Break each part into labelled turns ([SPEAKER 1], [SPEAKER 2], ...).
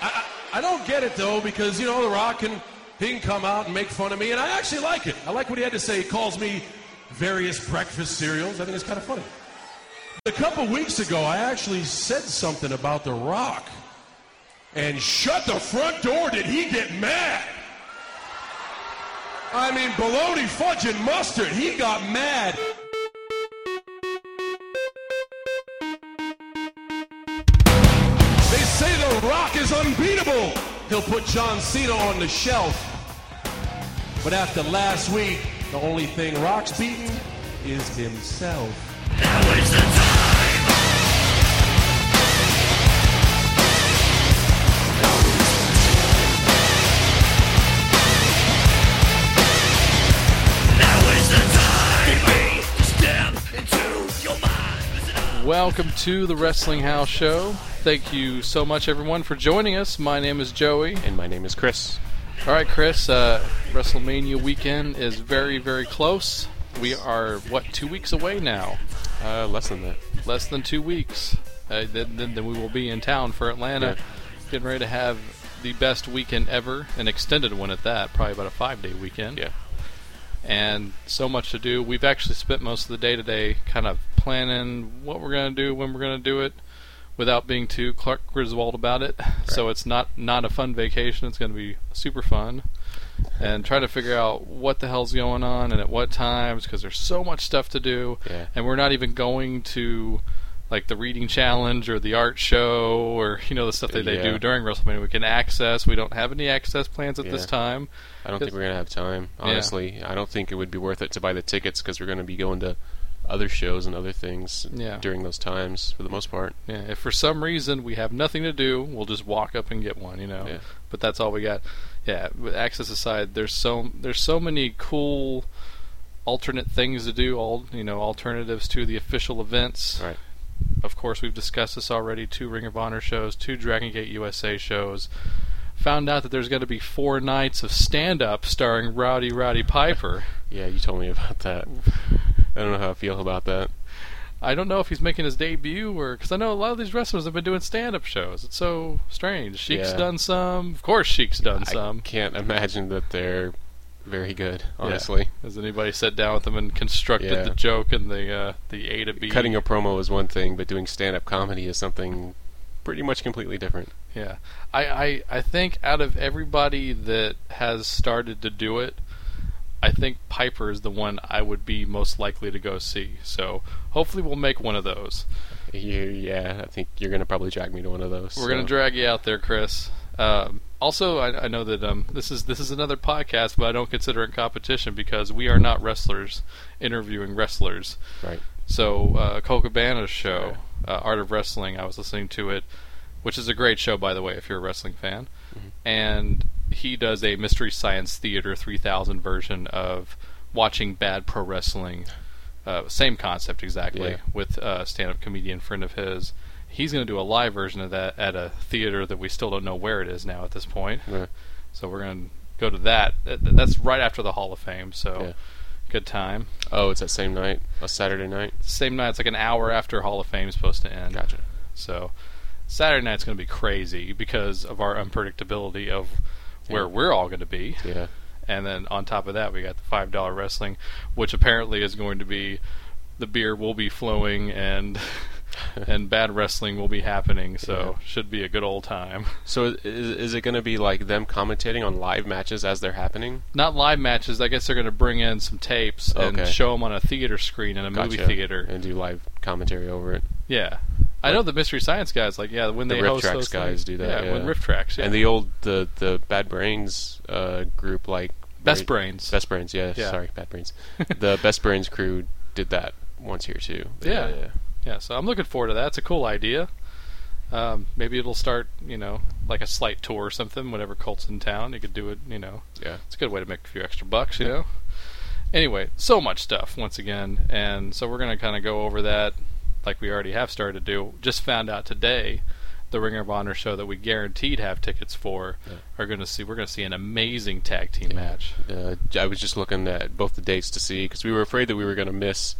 [SPEAKER 1] I don't get it though because you know The Rock can he can come out and make fun of me, and I actually like it. I like what he had to say. He calls me various breakfast cereals. I think it's kind of funny. A couple weeks ago, I actually said something about The Rock, and shut the front door. Did he get mad? I mean, bologna, fudge, and mustard. He got mad. They say The Rock is unbeatable. He'll put John Cena on the shelf. But after last week, the only thing Rock's beaten is himself.
[SPEAKER 2] Welcome to the Wrestling House Show. Thank you so much, everyone, for joining us. My name is Joey.
[SPEAKER 3] And my name is Chris.
[SPEAKER 2] All right, Chris, uh, WrestleMania weekend is very, very close. We are, what, two weeks away now?
[SPEAKER 3] Uh, less than that.
[SPEAKER 2] Less than two weeks. Uh, then, then, then we will be in town for Atlanta, getting ready to have the best weekend ever, an extended one at that, probably about a five day weekend.
[SPEAKER 3] Yeah.
[SPEAKER 2] and so much to do. We've actually spent most of the day today kind of planning what we're going to do, when we're going to do it, without being too Clark Griswold about it. So it's not not a fun vacation. It's going to be super fun, and try to figure out what the hell's going on and at what times because there's so much stuff to do,
[SPEAKER 3] Yeah.
[SPEAKER 2] and we're not even going to. Like the reading challenge or the art show or you know the stuff that they
[SPEAKER 3] Yeah.
[SPEAKER 2] do during WrestleMania, we can access. We don't have any access plans at this
[SPEAKER 3] Yeah.
[SPEAKER 2] time.
[SPEAKER 3] I don't think we're going to have time, honestly. I don't think it would be worth it to buy the tickets because we're going to be going to other shows and other things
[SPEAKER 2] Yeah.
[SPEAKER 3] during those times for the most part.
[SPEAKER 2] Yeah, if for some reason we have nothing to do, we'll just walk up and get one, you know.
[SPEAKER 3] Yeah.
[SPEAKER 2] But that's all we got. Yeah, with access aside, there's so there's so many cool alternate things to do, all you know, alternatives to the official events.
[SPEAKER 3] Right.
[SPEAKER 2] Of course, we've discussed this already, two Ring of Honor shows, two Dragon Gate USA shows. Found out that there's going to be four nights of stand-up starring Rowdy Rowdy Piper.
[SPEAKER 3] Yeah, you told me about that. I don't know how I feel about that.
[SPEAKER 2] I don't know if he's making his debut or because I know a lot of these wrestlers have been doing stand-up shows. It's so strange. Sheik's
[SPEAKER 3] Yeah.
[SPEAKER 2] done some, of course. Sheik's done
[SPEAKER 3] I
[SPEAKER 2] some.
[SPEAKER 3] can't imagine that they're very good, honestly.
[SPEAKER 2] Has anybody sat down with them and constructed
[SPEAKER 3] Yeah.
[SPEAKER 2] the joke and the uh, the A to B?
[SPEAKER 3] Cutting a promo is one thing, but doing stand up comedy is something pretty much completely different.
[SPEAKER 2] Yeah, I, I I think out of everybody that has started to do it, I think Piper is the one I would be most likely to go see. So hopefully we'll make one of those.
[SPEAKER 3] You, yeah, I think you're going to probably drag me to one of those.
[SPEAKER 2] We're gonna
[SPEAKER 3] so.
[SPEAKER 2] drag you out there, Chris. Um, also, I, I know that um, this is this is another podcast, but I don't consider it competition because we are not wrestlers interviewing wrestlers.
[SPEAKER 3] Right.
[SPEAKER 2] So, uh, Cole Cabana's show, uh, Art of Wrestling, I was listening to it, which is a great show, by the way, if you're a wrestling fan.
[SPEAKER 3] Mm-hmm.
[SPEAKER 2] And he does a Mystery Science Theater 3000 version of watching bad pro wrestling. Uh, same concept exactly
[SPEAKER 3] Yeah.
[SPEAKER 2] with uh, a stand up comedian friend of his. He's going to do a live version of that at a theater that we still don't know where it is now at this point.
[SPEAKER 3] Yeah.
[SPEAKER 2] So, we're going to go to that. That- That's right after the Hall of Fame, so
[SPEAKER 3] Yeah.
[SPEAKER 2] good time
[SPEAKER 3] Oh, it's that same night, a Saturday night.
[SPEAKER 2] same night. It's like an hour after Hall of Fame is supposed to end.
[SPEAKER 3] Gotcha.
[SPEAKER 2] So Saturday night's going to be crazy because of our unpredictability of where
[SPEAKER 3] Yeah.
[SPEAKER 2] we're all going to be.
[SPEAKER 3] Yeah.
[SPEAKER 2] And then on top of that, we got the five dollar wrestling, which apparently is going to be the beer will be flowing and and bad wrestling will be happening. So should be a good old time.
[SPEAKER 3] So is, is it going to be like them commentating on live matches as they're happening?
[SPEAKER 2] Not live matches. I guess they're going to bring in some tapes and
[SPEAKER 3] Okay.
[SPEAKER 2] show them on a theater screen in a movie theater.
[SPEAKER 3] and do live commentary over it.
[SPEAKER 2] Yeah. I know the Mystery Science guys, like, yeah, when
[SPEAKER 3] The
[SPEAKER 2] they
[SPEAKER 3] Riff
[SPEAKER 2] host
[SPEAKER 3] Tracks
[SPEAKER 2] those
[SPEAKER 3] guys
[SPEAKER 2] things-
[SPEAKER 3] do that,
[SPEAKER 2] when
[SPEAKER 3] yeah.
[SPEAKER 2] Riff Tracks, yeah.
[SPEAKER 3] And the old the the Bad Brains uh, group like
[SPEAKER 2] Best
[SPEAKER 3] very-
[SPEAKER 2] Brains.
[SPEAKER 3] Best Brains, yeah,
[SPEAKER 2] Yeah.
[SPEAKER 3] Sorry, Bad Brains. the Best Brains crew did that once here too.
[SPEAKER 2] Yeah. Yeah, so I'm looking forward to that. It's a cool idea. Um, maybe it'll start, you know, like a slight tour or something whenever Colt's in town. You could do it, you know.
[SPEAKER 3] yeah.
[SPEAKER 2] It's a good way to make a few extra bucks, you know. Anyway, so much stuff once again, and so we're going to kind of go over that like we already have started to do. Just found out today the Ring of Honor show that we guaranteed have tickets for are going to see we're going to see an amazing tag team match.
[SPEAKER 3] Uh, I was just looking at both the dates to see because we were afraid that we were going to miss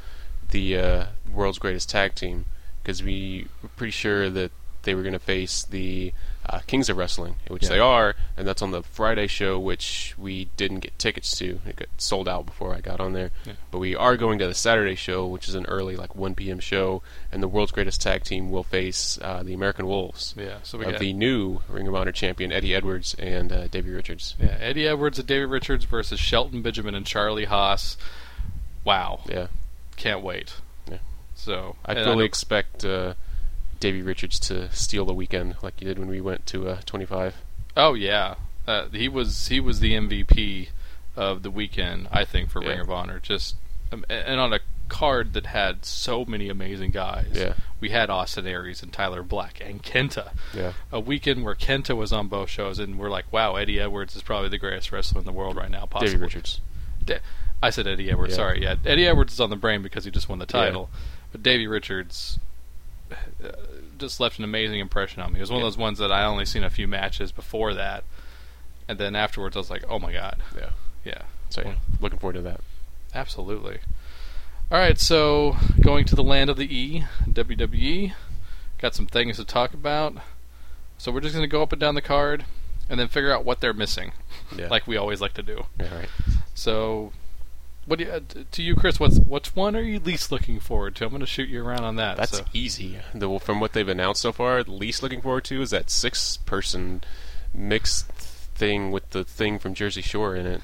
[SPEAKER 3] the uh, world's greatest tag team because we were pretty sure that they were going to face the uh, Kings of Wrestling, which
[SPEAKER 2] Yeah.
[SPEAKER 3] they are, and that's on the Friday show, which we didn't get tickets to. It got sold out before I got on there.
[SPEAKER 2] Yeah.
[SPEAKER 3] But we are going to the Saturday show, which is an early, like 1 p.m. show, and the world's greatest tag team will face uh, the American Wolves.
[SPEAKER 2] Yeah, so we
[SPEAKER 3] Of
[SPEAKER 2] got
[SPEAKER 3] the new Ring of Honor champion Eddie Edwards and uh, Davey Richards.
[SPEAKER 2] yeah, Eddie Edwards and David Richards versus Shelton Benjamin and Charlie Haas. Wow,
[SPEAKER 3] Yeah,
[SPEAKER 2] can't wait.
[SPEAKER 3] Yeah.
[SPEAKER 2] So
[SPEAKER 3] I
[SPEAKER 2] and
[SPEAKER 3] fully
[SPEAKER 2] know-
[SPEAKER 3] expect uh, Davey Richards to steal the weekend like you did when we went to uh, 25.
[SPEAKER 2] Oh yeah, uh, he was he was the MVP of the weekend, I think, for Ring
[SPEAKER 3] Yeah.
[SPEAKER 2] of Honor. Just um, a- and on a card that had so many amazing guys.
[SPEAKER 3] Yeah.
[SPEAKER 2] we had Austin Aries and Tyler Black and Kenta.
[SPEAKER 3] Yeah,
[SPEAKER 2] A weekend where Kenta was on both shows, and we're like, wow, Eddie Edwards is probably the greatest wrestler in the world right now. Possibly.
[SPEAKER 3] Davey Richards.
[SPEAKER 2] Da- I said Eddie Edwards.
[SPEAKER 3] Yeah.
[SPEAKER 2] Sorry, yeah, Eddie Edwards is on the brain because he just won the
[SPEAKER 3] Yeah.
[SPEAKER 2] title, but Davey Richards uh, just left an amazing impression on me. It was one
[SPEAKER 3] Yeah.
[SPEAKER 2] of those ones that I only seen a few matches before that, and then afterwards I was like, oh my god,
[SPEAKER 3] Yeah.
[SPEAKER 2] yeah,
[SPEAKER 3] So yeah,
[SPEAKER 2] Yeah.
[SPEAKER 3] looking forward to that.
[SPEAKER 2] absolutely. All right, so going to the land of the E, WWE, got some things to talk about. So we're just going to go up and down the card, and then figure out what they're missing,
[SPEAKER 3] Yeah.
[SPEAKER 2] like we always like to do.
[SPEAKER 3] Yeah, all right.
[SPEAKER 2] So, what do you, uh, t- to you, Chris? What's what's one are you least looking forward to? I'm going to shoot you around on that.
[SPEAKER 3] That's
[SPEAKER 2] so.
[SPEAKER 3] easy. The, from what they've announced so far, the least looking forward to is that six person mixed thing with the thing from Jersey Shore in it.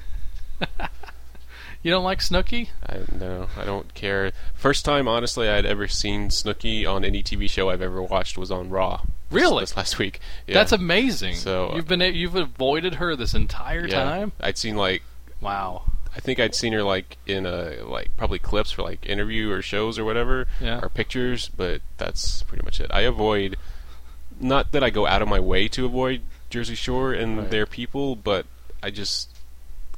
[SPEAKER 2] you don't like Snooki?
[SPEAKER 3] I no, I don't care. First time, honestly, I'd ever seen Snooki on any TV show I've ever watched was on Raw. this-
[SPEAKER 2] Really?
[SPEAKER 3] This last week. Yeah.
[SPEAKER 2] That's amazing.
[SPEAKER 3] So, uh,
[SPEAKER 2] you've been a- you've avoided her this entire
[SPEAKER 3] Yeah.
[SPEAKER 2] time.
[SPEAKER 3] I'd seen like
[SPEAKER 2] Wow.
[SPEAKER 3] I think I'd seen her like in a like probably clips for like interview or shows or whatever
[SPEAKER 2] Yeah.
[SPEAKER 3] or pictures, but that's pretty much it. I avoid not that I go out of my way to avoid Jersey Shore and
[SPEAKER 2] Right.
[SPEAKER 3] their people, but I just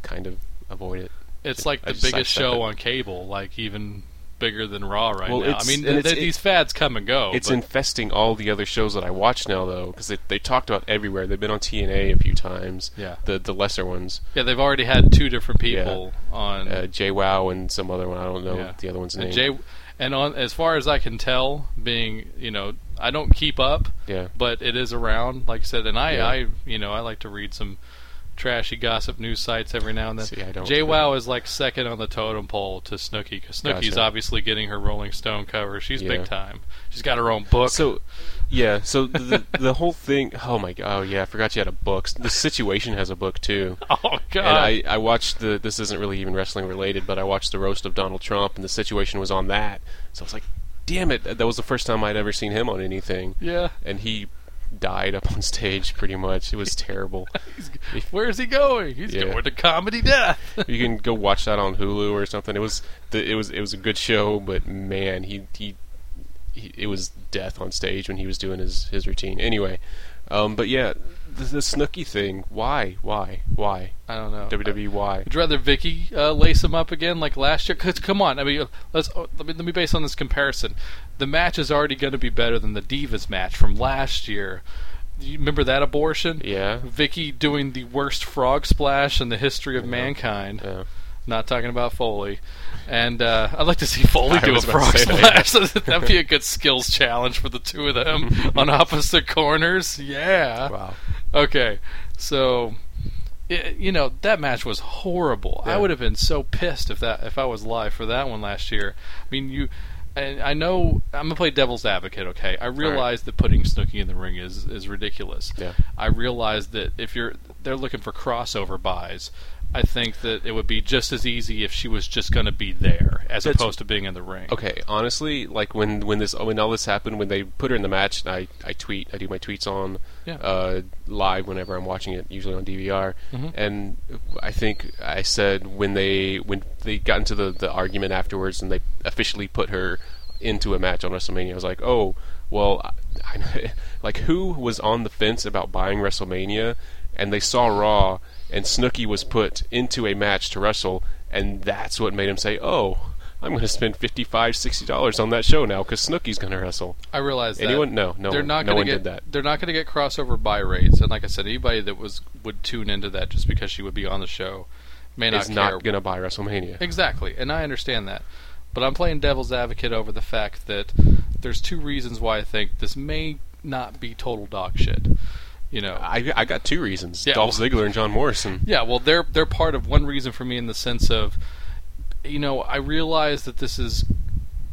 [SPEAKER 3] kind of avoid it.
[SPEAKER 2] It's like
[SPEAKER 3] I
[SPEAKER 2] the
[SPEAKER 3] just
[SPEAKER 2] biggest
[SPEAKER 3] sidestep
[SPEAKER 2] show
[SPEAKER 3] it.
[SPEAKER 2] on cable, like even bigger than Raw right
[SPEAKER 3] Well,
[SPEAKER 2] now. I
[SPEAKER 3] it's-
[SPEAKER 2] mean,
[SPEAKER 3] and
[SPEAKER 2] th-
[SPEAKER 3] it's-
[SPEAKER 2] th- these fads come and go.
[SPEAKER 3] it's
[SPEAKER 2] Oh, but
[SPEAKER 3] infesting all the other shows that I watch now though cuz they they talked about everywhere. They've been on TNA a few times.
[SPEAKER 2] Yeah.
[SPEAKER 3] The the lesser ones.
[SPEAKER 2] yeah, they've already had two different people on
[SPEAKER 3] Uh, JWoww and some other one. I don't know
[SPEAKER 2] Yeah.
[SPEAKER 3] the other one's name.
[SPEAKER 2] and Jay. And on as far as I can tell, being you know, I don't keep up.
[SPEAKER 3] yeah.
[SPEAKER 2] but it is around, like I said, and I,
[SPEAKER 3] Yeah.
[SPEAKER 2] I you know, I like to read some trashy gossip news sites every now and then.
[SPEAKER 3] See, I don't.
[SPEAKER 2] JWoww is like second on the totem pole to Snooki because Snooki's
[SPEAKER 3] Gotcha.
[SPEAKER 2] obviously getting her Rolling Stone cover. She's
[SPEAKER 3] Yeah.
[SPEAKER 2] big time. She's got her own book.
[SPEAKER 3] So, yeah. So the the whole thing. Oh my god. Oh yeah. I forgot you had a book. The situation has a book too.
[SPEAKER 2] oh god,
[SPEAKER 3] And I I watched the. This isn't really even wrestling related, but I watched the roast of Donald Trump, and the situation was on that. So I was like, damn it. That was the first time I'd ever seen him on anything,
[SPEAKER 2] yeah.
[SPEAKER 3] and he died up on stage pretty much. It was terrible.
[SPEAKER 2] Where is he going? He's
[SPEAKER 3] Yeah.
[SPEAKER 2] going to comedy death.
[SPEAKER 3] you can go watch that on Hulu or something. It was the, it was it was a good show, but man, he he, he it was death on stage when he was doing his his routine. Anyway, um, but yeah, the, the Snooki thing. Why why why
[SPEAKER 2] I don't know.
[SPEAKER 3] WWE why?
[SPEAKER 2] Would you rather Vicky uh, lace him up again like last year? 'Cause come on, I mean, let's oh, let me let me base on this comparison. The match is already going to be better than the Divas match from last year. You remember that abortion?
[SPEAKER 3] Yeah.
[SPEAKER 2] Vicky doing the worst frog splash in the history of mankind.
[SPEAKER 3] Yeah.
[SPEAKER 2] Not talking about Foley, and uh, I'd like to see Foley
[SPEAKER 3] I
[SPEAKER 2] do a
[SPEAKER 3] was about
[SPEAKER 2] frog
[SPEAKER 3] to say that,
[SPEAKER 2] splash. That'd be a good skills challenge for the two of them on opposite corners. Yeah.
[SPEAKER 3] Wow.
[SPEAKER 2] Okay, so y you know that match was horrible. I
[SPEAKER 3] Yeah.
[SPEAKER 2] would have been so pissed if that if I was live for that one last year. I mean, you. And I know I'm gonna play devil's advocate. Okay, I realize that putting Snooki in the ring is is ridiculous.
[SPEAKER 3] Yeah.
[SPEAKER 2] I realize that if you're they're looking for crossover buys. I think that it would be just as easy if she was just going to be there as
[SPEAKER 3] That's-
[SPEAKER 2] opposed to being in the ring.
[SPEAKER 3] Okay, honestly, like when when this when all this happened, when they put her in the match, and I I tweet, I do my tweets on
[SPEAKER 2] Yeah.
[SPEAKER 3] uh, live whenever I'm watching it, usually on DVR.
[SPEAKER 2] Mhm.
[SPEAKER 3] And I think I said when they when they got into the the argument afterwards, and they officially put her into a match on WrestleMania, I was like, oh, well, I, I, like who was on the fence about buying WrestleMania, and they saw Raw, and Snooki was put into a match to wrestle, and that's what made him say, oh. I'm going to spend fifty-five, sixty dollars on that show now because Snooki's going to wrestle.
[SPEAKER 2] I realize that.
[SPEAKER 3] Anyone? No, no.
[SPEAKER 2] they're
[SPEAKER 3] one-
[SPEAKER 2] not
[SPEAKER 3] no
[SPEAKER 2] going
[SPEAKER 3] one
[SPEAKER 2] to get
[SPEAKER 3] did that.
[SPEAKER 2] they're not going to get crossover buy rates. And like I said, anybody that was would tune into that just because she would be on the show may not
[SPEAKER 3] Is
[SPEAKER 2] care.
[SPEAKER 3] not going to buy WrestleMania.
[SPEAKER 2] exactly, and I understand that. But I'm playing devil's advocate over the fact that there's two reasons why I think this may not be total dog shit. You know,
[SPEAKER 3] I, I got two reasons:
[SPEAKER 2] Yeah.
[SPEAKER 3] Dolph Ziggler and John Morrison.
[SPEAKER 2] yeah, well, they're they're part of one reason for me in the sense of, you know, I realize that this is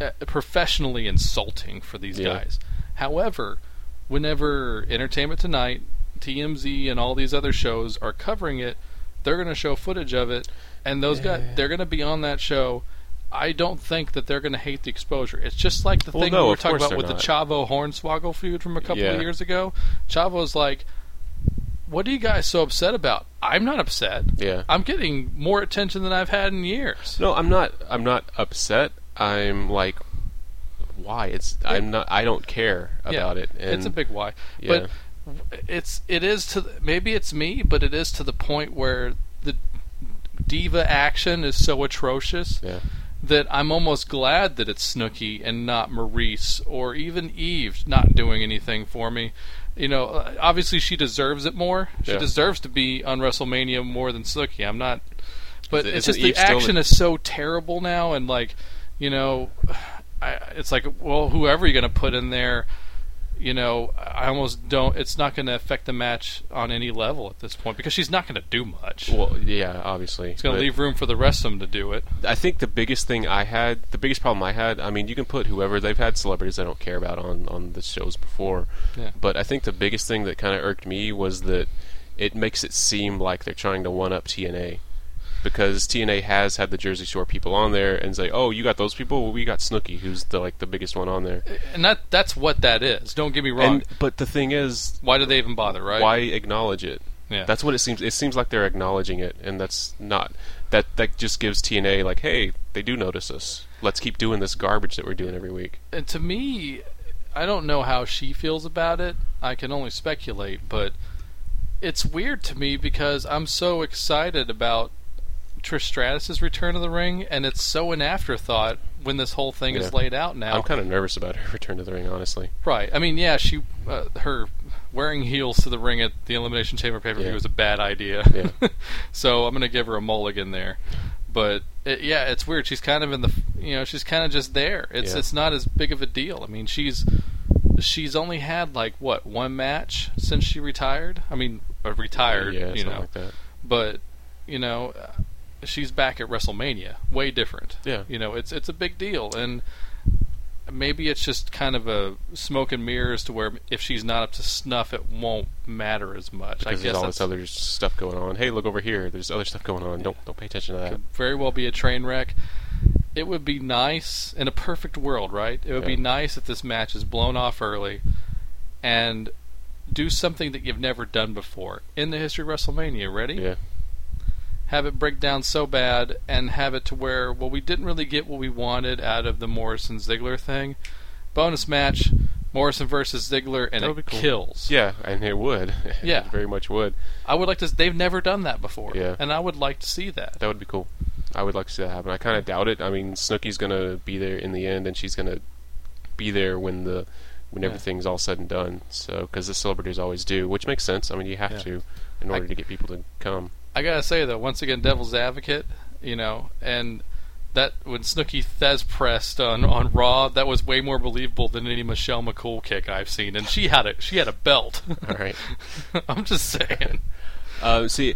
[SPEAKER 2] uh, professionally insulting for these
[SPEAKER 3] Yeah.
[SPEAKER 2] guys. However, whenever Entertainment Tonight, TMZ, and all these other shows are covering it, they're going to show footage of it, and those guys they're going to be on that show. I don't think that they're going to hate the exposure. It's just like the
[SPEAKER 3] Well,
[SPEAKER 2] thing
[SPEAKER 3] no,
[SPEAKER 2] we were
[SPEAKER 3] of
[SPEAKER 2] talking
[SPEAKER 3] course
[SPEAKER 2] about
[SPEAKER 3] they're
[SPEAKER 2] with
[SPEAKER 3] not.
[SPEAKER 2] the Chavo Hornswoggle feud from a couple
[SPEAKER 3] Yeah.
[SPEAKER 2] of years ago. Chavo's like, "What are you guys so upset about? I'm not upset.
[SPEAKER 3] Yeah.
[SPEAKER 2] I'm getting more attention than I've had in years.
[SPEAKER 3] No, I'm not. I'm not upset. I'm like, why? It's I'm not. I don't care about it. And
[SPEAKER 2] it's a big why.
[SPEAKER 3] yeah.
[SPEAKER 2] But it's it is to the- maybe it's me, but it is to the point where the diva action is so atrocious
[SPEAKER 3] Yeah.
[SPEAKER 2] that I'm almost glad that it's Snooki and not Maurice or even Eve not doing anything for me. You know, uh, obviously she deserves it more. She
[SPEAKER 3] Yeah.
[SPEAKER 2] deserves to be on WrestleMania more than Snooki. I'm not, but
[SPEAKER 3] Is-
[SPEAKER 2] it's just
[SPEAKER 3] isn't
[SPEAKER 2] the
[SPEAKER 3] Eve still
[SPEAKER 2] action
[SPEAKER 3] the-
[SPEAKER 2] is so terrible now, and like, you know, I, it's like, well, whoever you're gonna put in there, you know, I almost don't. It's not gonna affect the match on any level at this point because she's not gonna do much.
[SPEAKER 3] Well, yeah, obviously.
[SPEAKER 2] it's gonna
[SPEAKER 3] but
[SPEAKER 2] leave room for the rest of them to do it.
[SPEAKER 3] I think the biggest thing I had, the biggest problem I had, I mean, you can put whoever they've had celebrities I don't care about on on the shows before,
[SPEAKER 2] Yeah.
[SPEAKER 3] but I think the biggest thing that kind of irked me was that it makes it seem like they're trying to one up TNA because TNA has had the Jersey Shore people on there and say, "Oh, you got those people? Well, we got Snooki, who's the like the biggest one on there."
[SPEAKER 2] And that that's what that is. Don't get me wrong.
[SPEAKER 3] And but the thing is,
[SPEAKER 2] why do they even bother, right?
[SPEAKER 3] why acknowledge it?
[SPEAKER 2] Yeah.
[SPEAKER 3] That's what it seems. It seems like they're acknowledging it, and that's not. That that just gives TNA like, hey, they do notice us. Let's keep doing this garbage that we're doing every week.
[SPEAKER 2] And to me, I don't know how she feels about it. I can only speculate, but it's weird to me because I'm so excited about Trish Stratus's return to the ring, and it's so an afterthought when this whole thing
[SPEAKER 3] Yeah.
[SPEAKER 2] is laid out now.
[SPEAKER 3] I'm kind of nervous about her return to the ring, honestly.
[SPEAKER 2] Right. I mean, yeah, she uh, her wearing heels to the ring at the Elimination Chamber pay per view
[SPEAKER 3] Yeah.
[SPEAKER 2] was a bad idea.
[SPEAKER 3] Yeah.
[SPEAKER 2] so I'm gonna give her a mulligan there. But it, yeah, it's weird. She's kind of in the you know she's kind of just there. It's
[SPEAKER 3] Yeah.
[SPEAKER 2] it's not as big of a deal. I mean, she's she's only had like what one match since she retired. I mean, uh, retired.
[SPEAKER 3] yeah,
[SPEAKER 2] you
[SPEAKER 3] something
[SPEAKER 2] know,
[SPEAKER 3] like that.
[SPEAKER 2] but you know uh, she's back at WrestleMania way different
[SPEAKER 3] Yeah.
[SPEAKER 2] you know it's it's a big deal and maybe it's just kind of a smoke and mirrors to where if she's not up to snuff it won't matter as much I guess
[SPEAKER 3] Because there's all
[SPEAKER 2] that's
[SPEAKER 3] this other stuff going on. Hey, look over here. There's other stuff going on. Don't don't pay attention to that.
[SPEAKER 2] could very well be a train wreck it would be nice in a perfect world right it would be
[SPEAKER 3] Yeah.
[SPEAKER 2] nice if this match is blown off early and do something that you've never done before in the history of WrestleMania ready
[SPEAKER 3] Yeah,
[SPEAKER 2] have it break down so bad and have it to where well we didn't really get what we wanted out of the Morrison Ziggler thing. Bonus match, Morrison versus Ziggler and
[SPEAKER 3] That
[SPEAKER 2] it
[SPEAKER 3] would be cool.
[SPEAKER 2] kills.
[SPEAKER 3] yeah, and it would.
[SPEAKER 2] Yeah.
[SPEAKER 3] it very much would.
[SPEAKER 2] I would like to they've never done that before.
[SPEAKER 3] Yeah.
[SPEAKER 2] And I would like to see that.
[SPEAKER 3] That would be cool. I would like to see that happen. I kind of doubt it. I mean, Snooki's gonna be there in the end, and she's gonna be there when the when
[SPEAKER 2] Yeah.
[SPEAKER 3] everything's all said and done. So, because the celebrities always do, which makes sense. I mean, you have
[SPEAKER 2] Yeah.
[SPEAKER 3] to in order to get people to come.
[SPEAKER 2] I gotta say though, once again devil's advocate, you know, and that when Snooki Thez pressed on, on Raw, that was way more believable than any Michelle McCool kick I've seen, and she had a she had a belt.
[SPEAKER 3] All right.
[SPEAKER 2] I'm just saying.
[SPEAKER 3] Uh, see,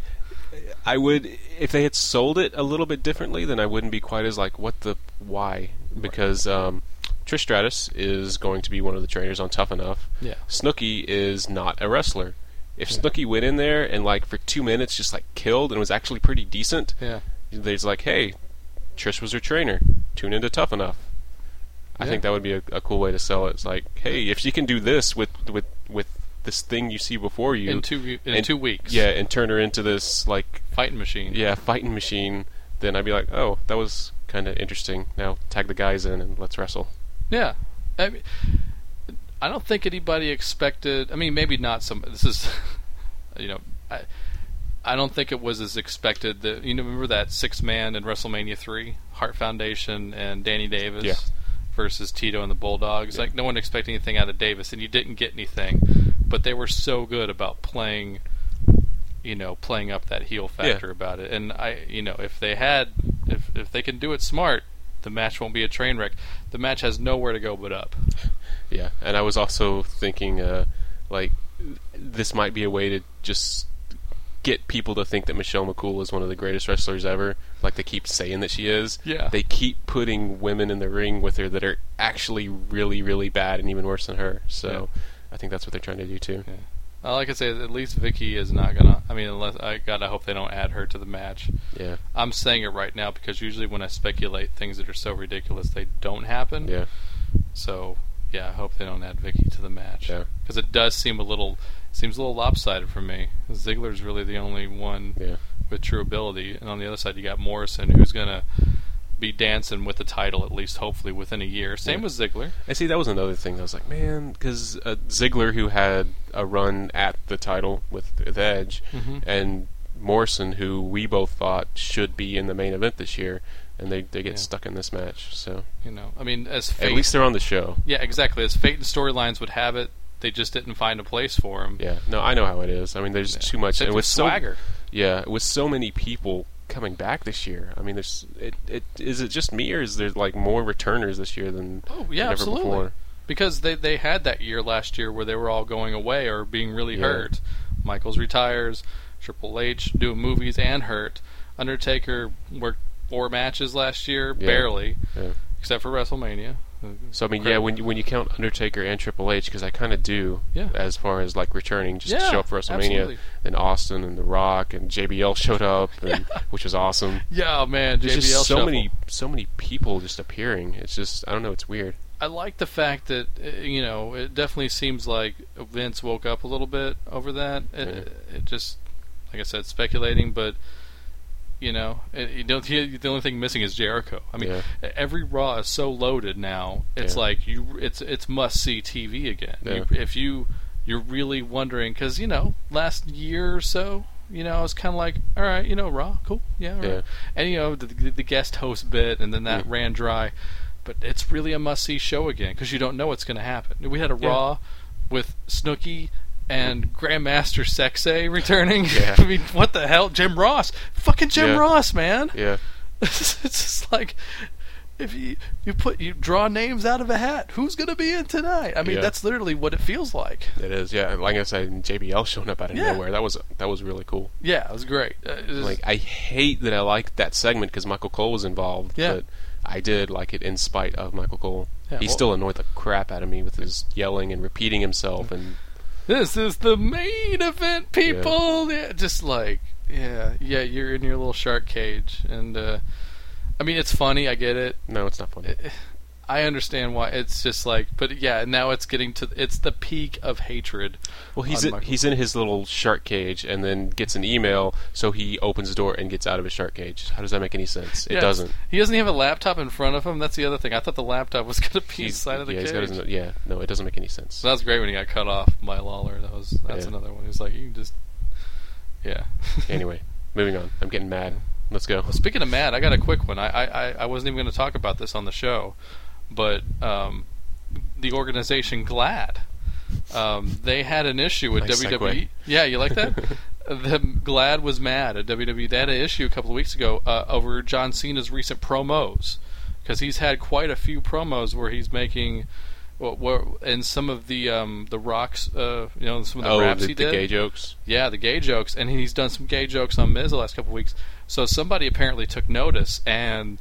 [SPEAKER 3] I would if they had sold it a little bit differently, then I wouldn't be quite as like, what the why? Because um, Trish Stratus is going to be one of the trainers on Tough Enough.
[SPEAKER 2] Yeah.
[SPEAKER 3] Snooki is not a wrestler. If Snooki went in there and like for two minutes just like killed and was actually pretty decent,
[SPEAKER 2] Yeah.
[SPEAKER 3] there's like, hey, Trish was her trainer. Tune into Tough Enough. I
[SPEAKER 2] Yeah.
[SPEAKER 3] think that would be a, a cool way to sell it. It's like, hey, if she can do this with with with this thing you see before you
[SPEAKER 2] In two in
[SPEAKER 3] and-
[SPEAKER 2] two weeks.
[SPEAKER 3] yeah, and turn her into this like
[SPEAKER 2] Fighting machine.
[SPEAKER 3] yeah fighting machine, then I'd be like, oh, that was kind of interesting. Now tag the guys in and let's wrestle.
[SPEAKER 2] Yeah, I mean, I don't think anybody expected. I mean, maybe not some. This is, you know, I, I don't think it was as expected that you know. Remember that six man in WrestleMania three, Hart Foundation and Danny Davis
[SPEAKER 3] Yeah.
[SPEAKER 2] versus Tito and the Bulldogs.
[SPEAKER 3] Yeah.
[SPEAKER 2] Like no one expected anything out of Davis, and you didn't get anything. But they were so good about playing. You know, playing up that heel
[SPEAKER 3] Yeah.
[SPEAKER 2] factor about it, and I, you know, if they had, if if they can do it smart, the match won't be a train wreck. The match has nowhere to go but up.
[SPEAKER 3] Yeah, and I was also thinking, uh, like, this might be a way to just get people to think that Michelle McCool is one of the greatest wrestlers ever. Like they keep saying that she is.
[SPEAKER 2] Yeah.
[SPEAKER 3] They keep putting women in the ring with her that are actually really, really bad and even worse than her. So I think that's what they're trying to do too.
[SPEAKER 2] Uh, like I say, at least Vicky is not gonna. I mean, unless I God, I hope they don't add her to the match.
[SPEAKER 3] Yeah.
[SPEAKER 2] I'm saying it right now because usually when I speculate things that are so ridiculous, they don't happen.
[SPEAKER 3] Yeah.
[SPEAKER 2] So yeah, I hope they don't add Vicky to the match.
[SPEAKER 3] Yeah.
[SPEAKER 2] Because it does seem a little seems a little lopsided for me. Ziggler's really the only one
[SPEAKER 3] Yeah.
[SPEAKER 2] with true ability, and on the other side you got Morrison, who's gonna be dancing with the title at least, hopefully within a year. Same
[SPEAKER 3] Yeah.
[SPEAKER 2] with Ziggler.
[SPEAKER 3] I see. That was another thing. that I was like, man, because uh, Ziggler, who had a run at the title with, with Edge,
[SPEAKER 2] Mhm.
[SPEAKER 3] and Morrison, who we both thought should be in the main event this year, and they they get
[SPEAKER 2] Yeah.
[SPEAKER 3] stuck in this match. So
[SPEAKER 2] You know, I mean, as
[SPEAKER 3] at
[SPEAKER 2] fate,
[SPEAKER 3] least they're on the show.
[SPEAKER 2] yeah, exactly. As fate and storylines would have it, they just didn't find a place for him.
[SPEAKER 3] Yeah, no, I know how it is. I mean, there's
[SPEAKER 2] Yeah.
[SPEAKER 3] too much,
[SPEAKER 2] Same
[SPEAKER 3] and
[SPEAKER 2] with
[SPEAKER 3] with
[SPEAKER 2] Swagger.
[SPEAKER 3] so yeah, with so many people coming back this year. I mean, there's it, it is it just me or is there like more returners this year than
[SPEAKER 2] Oh yeah,
[SPEAKER 3] than ever
[SPEAKER 2] absolutely.
[SPEAKER 3] before?
[SPEAKER 2] Because they they had that year last year where they were all going away or being really
[SPEAKER 3] Yeah.
[SPEAKER 2] hurt. Michaels retires, Triple H doing movies and hurt. Undertaker worked four matches last year,
[SPEAKER 3] Yeah.
[SPEAKER 2] barely,
[SPEAKER 3] Yeah.
[SPEAKER 2] except for WrestleMania.
[SPEAKER 3] So I mean,
[SPEAKER 2] Correct.
[SPEAKER 3] yeah, when you, when you count Undertaker and Triple H, because I kind of do,
[SPEAKER 2] Yeah.
[SPEAKER 3] as far as like returning just
[SPEAKER 2] Yeah,
[SPEAKER 3] to show up for WrestleMania,
[SPEAKER 2] absolutely.
[SPEAKER 3] then Austin and The Rock and JBL showed up, and, which was awesome.
[SPEAKER 2] Yeah, man,
[SPEAKER 3] There's
[SPEAKER 2] JBL
[SPEAKER 3] just so
[SPEAKER 2] shuffle.
[SPEAKER 3] many so many people just appearing. It's just I don't know. It's weird.
[SPEAKER 2] I like the fact that uh, you know it definitely seems like Vince woke up a little bit over that. It, it just, like I said, speculating, but you know, it, you don't. The only thing missing is Jericho. I mean, e, every Raw is so loaded now. It's
[SPEAKER 3] Yeah.
[SPEAKER 2] like you. It's it's must see TV again.
[SPEAKER 3] Yeah.
[SPEAKER 2] You, if you you're really wondering because you know last year or so. You know, I was kind of like, all right, you know, Raw, cool, yeah, all right.
[SPEAKER 3] Yeah.
[SPEAKER 2] and you know, the, the, the guest host bit, and then that
[SPEAKER 3] Mm.
[SPEAKER 2] ran dry but it's really a must see show again because you don't know what's going to happen. We had a
[SPEAKER 3] Yeah. Mm-hmm.
[SPEAKER 2] Raw with Snooki and Grandmaster Sexay returning.
[SPEAKER 3] Yeah.
[SPEAKER 2] I mean, what the hell? Jim Ross. Fucking Jim
[SPEAKER 3] Yeah.
[SPEAKER 2] Ross, man.
[SPEAKER 3] Yeah,
[SPEAKER 2] it's just like. If you you put you draw names out of a hat, who's gonna be in tonight? I mean,
[SPEAKER 3] Yeah.
[SPEAKER 2] that's literally what it feels like.
[SPEAKER 3] it is. Yeah, like I said, and JBL showing up out of
[SPEAKER 2] Yeah.
[SPEAKER 3] nowhere. That was that was really cool.
[SPEAKER 2] Yeah, it was great. Uh, it was-
[SPEAKER 3] Like I hate that I liked that segment because Michael Cole was involved.
[SPEAKER 2] Yeah.
[SPEAKER 3] But I did like it in spite of Michael Cole.
[SPEAKER 2] Yeah,
[SPEAKER 3] he
[SPEAKER 2] well-
[SPEAKER 3] still annoyed the crap out of me with his yelling and repeating himself and
[SPEAKER 2] this is the main event, people. Yeah. just like yeah, yeah, you're in your little shark cage, and uh, I mean, it's funny. I get it.
[SPEAKER 3] no, it's not funny.
[SPEAKER 2] I understand why it's just like, but yeah, now it's getting to it's the peak of hatred.
[SPEAKER 3] Well, he's
[SPEAKER 2] on
[SPEAKER 3] in,
[SPEAKER 2] Michael.
[SPEAKER 3] he's in his little shark cage and then gets an email, so he opens the door and gets out of his shark cage. How does that make any sense? It
[SPEAKER 2] Yeah,
[SPEAKER 3] doesn't.
[SPEAKER 2] He doesn't have a laptop in front of him. That's the other thing. I thought the laptop was going to be inside of the
[SPEAKER 3] yeah,
[SPEAKER 2] cage.
[SPEAKER 3] he's got his, yeah, no, it doesn't make any sense.
[SPEAKER 2] so that was great when he got cut off by Lawler. That was that's
[SPEAKER 3] Yeah.
[SPEAKER 2] another one. He's like, you can just yeah.
[SPEAKER 3] anyway, moving on. I'm getting mad. Let's go.
[SPEAKER 2] Speaking of Matt, I got a quick one. I I, I- I wasn't even going to talk about this on the show, but um, the organization Glad, um, they had an issue with
[SPEAKER 3] Nice
[SPEAKER 2] WWE.
[SPEAKER 3] segue.
[SPEAKER 2] Yeah, you like that? the Glad was mad at WWE. They had an issue a couple of weeks ago uh, over John Cena's recent promos because he's had quite a few promos where he's making. Well, where, and some of the um, the rocks, uh, you know, some of the
[SPEAKER 3] oh,
[SPEAKER 2] raps
[SPEAKER 3] the,
[SPEAKER 2] he
[SPEAKER 3] the
[SPEAKER 2] did.
[SPEAKER 3] gay jokes.
[SPEAKER 2] Yeah, the gay jokes, and he's done some gay jokes on Miz the last couple of weeks. So somebody apparently took notice, and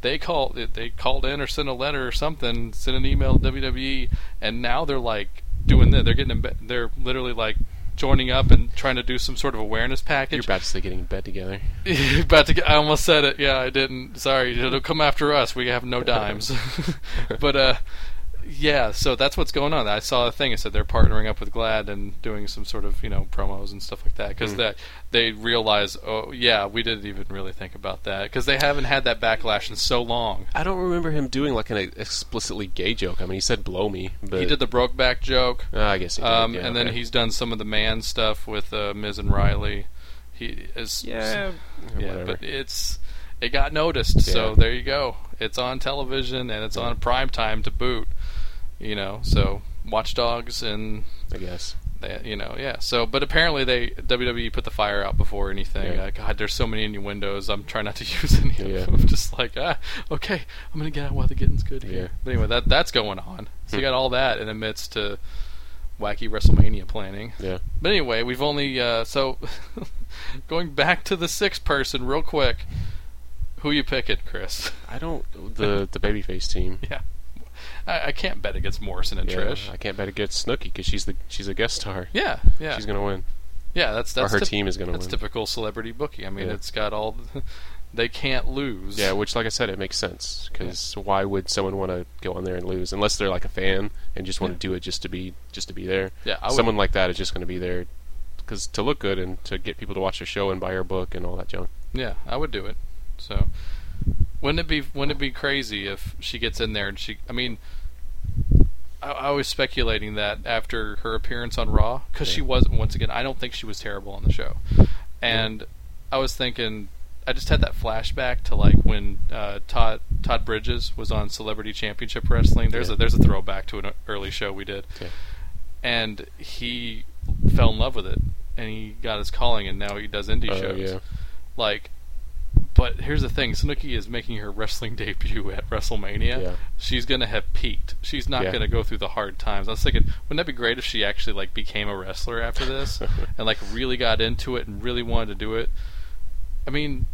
[SPEAKER 2] they called they called in or sent a letter or something, sent an email to WWE, and now they're like doing this. They're getting in bed- they're literally like joining up and trying to do some sort of awareness
[SPEAKER 3] You're
[SPEAKER 2] package.
[SPEAKER 3] about to say getting in bed together.
[SPEAKER 2] About to get, I almost said it. Yeah, I didn't. Sorry, it'll come after us. We have no dimes. but uh, yeah, so that's what's going on. I saw a thing. It said they're partnering up with Glad and doing some sort of you know promos and stuff like that because
[SPEAKER 3] Hmm.
[SPEAKER 2] that they realize. Oh yeah, we didn't even really think about that because they haven't had that backlash in so long.
[SPEAKER 3] I don't remember him doing like an explicitly gay joke. I mean, he said "blow me," but
[SPEAKER 2] He did the broke back joke.
[SPEAKER 3] Uh, I guess he did.
[SPEAKER 2] Um,
[SPEAKER 3] yeah,
[SPEAKER 2] and then
[SPEAKER 3] okay.
[SPEAKER 2] he's done some of the man stuff with uh, Miz and Riley. He is
[SPEAKER 3] yeah,
[SPEAKER 2] Yeah,
[SPEAKER 3] whatever.
[SPEAKER 2] but it's it got noticed, so
[SPEAKER 3] Yeah.
[SPEAKER 2] there you go. It's on television and it's on prime time to boot. You know, so Watch Dogs and
[SPEAKER 3] I guess
[SPEAKER 2] They, you know, yeah. So, but apparently they WWE put the fire out before anything.
[SPEAKER 3] Yeah.
[SPEAKER 2] Uh, God, there's so many innuendos. I'm trying not to use any of
[SPEAKER 3] Yeah.
[SPEAKER 2] them. Just like, ah, okay, I'm gonna get out while the getting's good here.
[SPEAKER 3] Yeah. Hmm.
[SPEAKER 2] But anyway, that that's going on. So you got all that in amidst to wacky WrestleMania planning.
[SPEAKER 3] Yeah.
[SPEAKER 2] But anyway, we've only uh, so going back to the sixth person real quick. Who you picking, Chris?
[SPEAKER 3] I don't the the babyface team.
[SPEAKER 2] Yeah, I, I can't bet against Morrison and
[SPEAKER 3] Yeah,
[SPEAKER 2] Trish.
[SPEAKER 3] I can't bet against Snooki because she's the she's a guest star.
[SPEAKER 2] Yeah, yeah,
[SPEAKER 3] She's gonna win.
[SPEAKER 2] yeah. That's
[SPEAKER 3] Or
[SPEAKER 2] that's
[SPEAKER 3] her
[SPEAKER 2] typ-
[SPEAKER 3] team is gonna
[SPEAKER 2] That's
[SPEAKER 3] win.
[SPEAKER 2] typical celebrity bookie. I mean,
[SPEAKER 3] Yeah.
[SPEAKER 2] it's got all. they can't lose.
[SPEAKER 3] Yeah, which like I said, it makes sense because why would someone want to go on there and lose unless they're like a fan and just want
[SPEAKER 2] Yeah.
[SPEAKER 3] to do it just to be just to be there.
[SPEAKER 2] Yeah, I would-
[SPEAKER 3] someone like that is just going to be there because to look good and to get people to watch their show and buy her book and all that junk.
[SPEAKER 2] yeah. I would do it. So, wouldn't it be wouldn't it be crazy if she gets in there and she? I mean, I, I was speculating that after her appearance on Raw because she
[SPEAKER 3] Yeah.
[SPEAKER 2] wasn't. Once again, I don't think she was terrible on the show, and I was thinking. I just had that flashback to like when uh, Todd Todd Bridges was on Celebrity Championship Wrestling. There's
[SPEAKER 3] Yeah.
[SPEAKER 2] a there's a throwback to an early show we did.
[SPEAKER 3] Yeah.
[SPEAKER 2] and he fell in love with it and he got his calling and now he does indie
[SPEAKER 3] Oh,
[SPEAKER 2] shows
[SPEAKER 3] yeah.
[SPEAKER 2] like but here's the thing snooki is making her wrestling debut at wrestlemania
[SPEAKER 3] Yeah.
[SPEAKER 2] she's gonna have peaked she's not
[SPEAKER 3] Yeah.
[SPEAKER 2] gonna go through the hard times i was thinking wouldn't that be great if she actually like became a wrestler after this and like really got into it and really wanted to do it i mean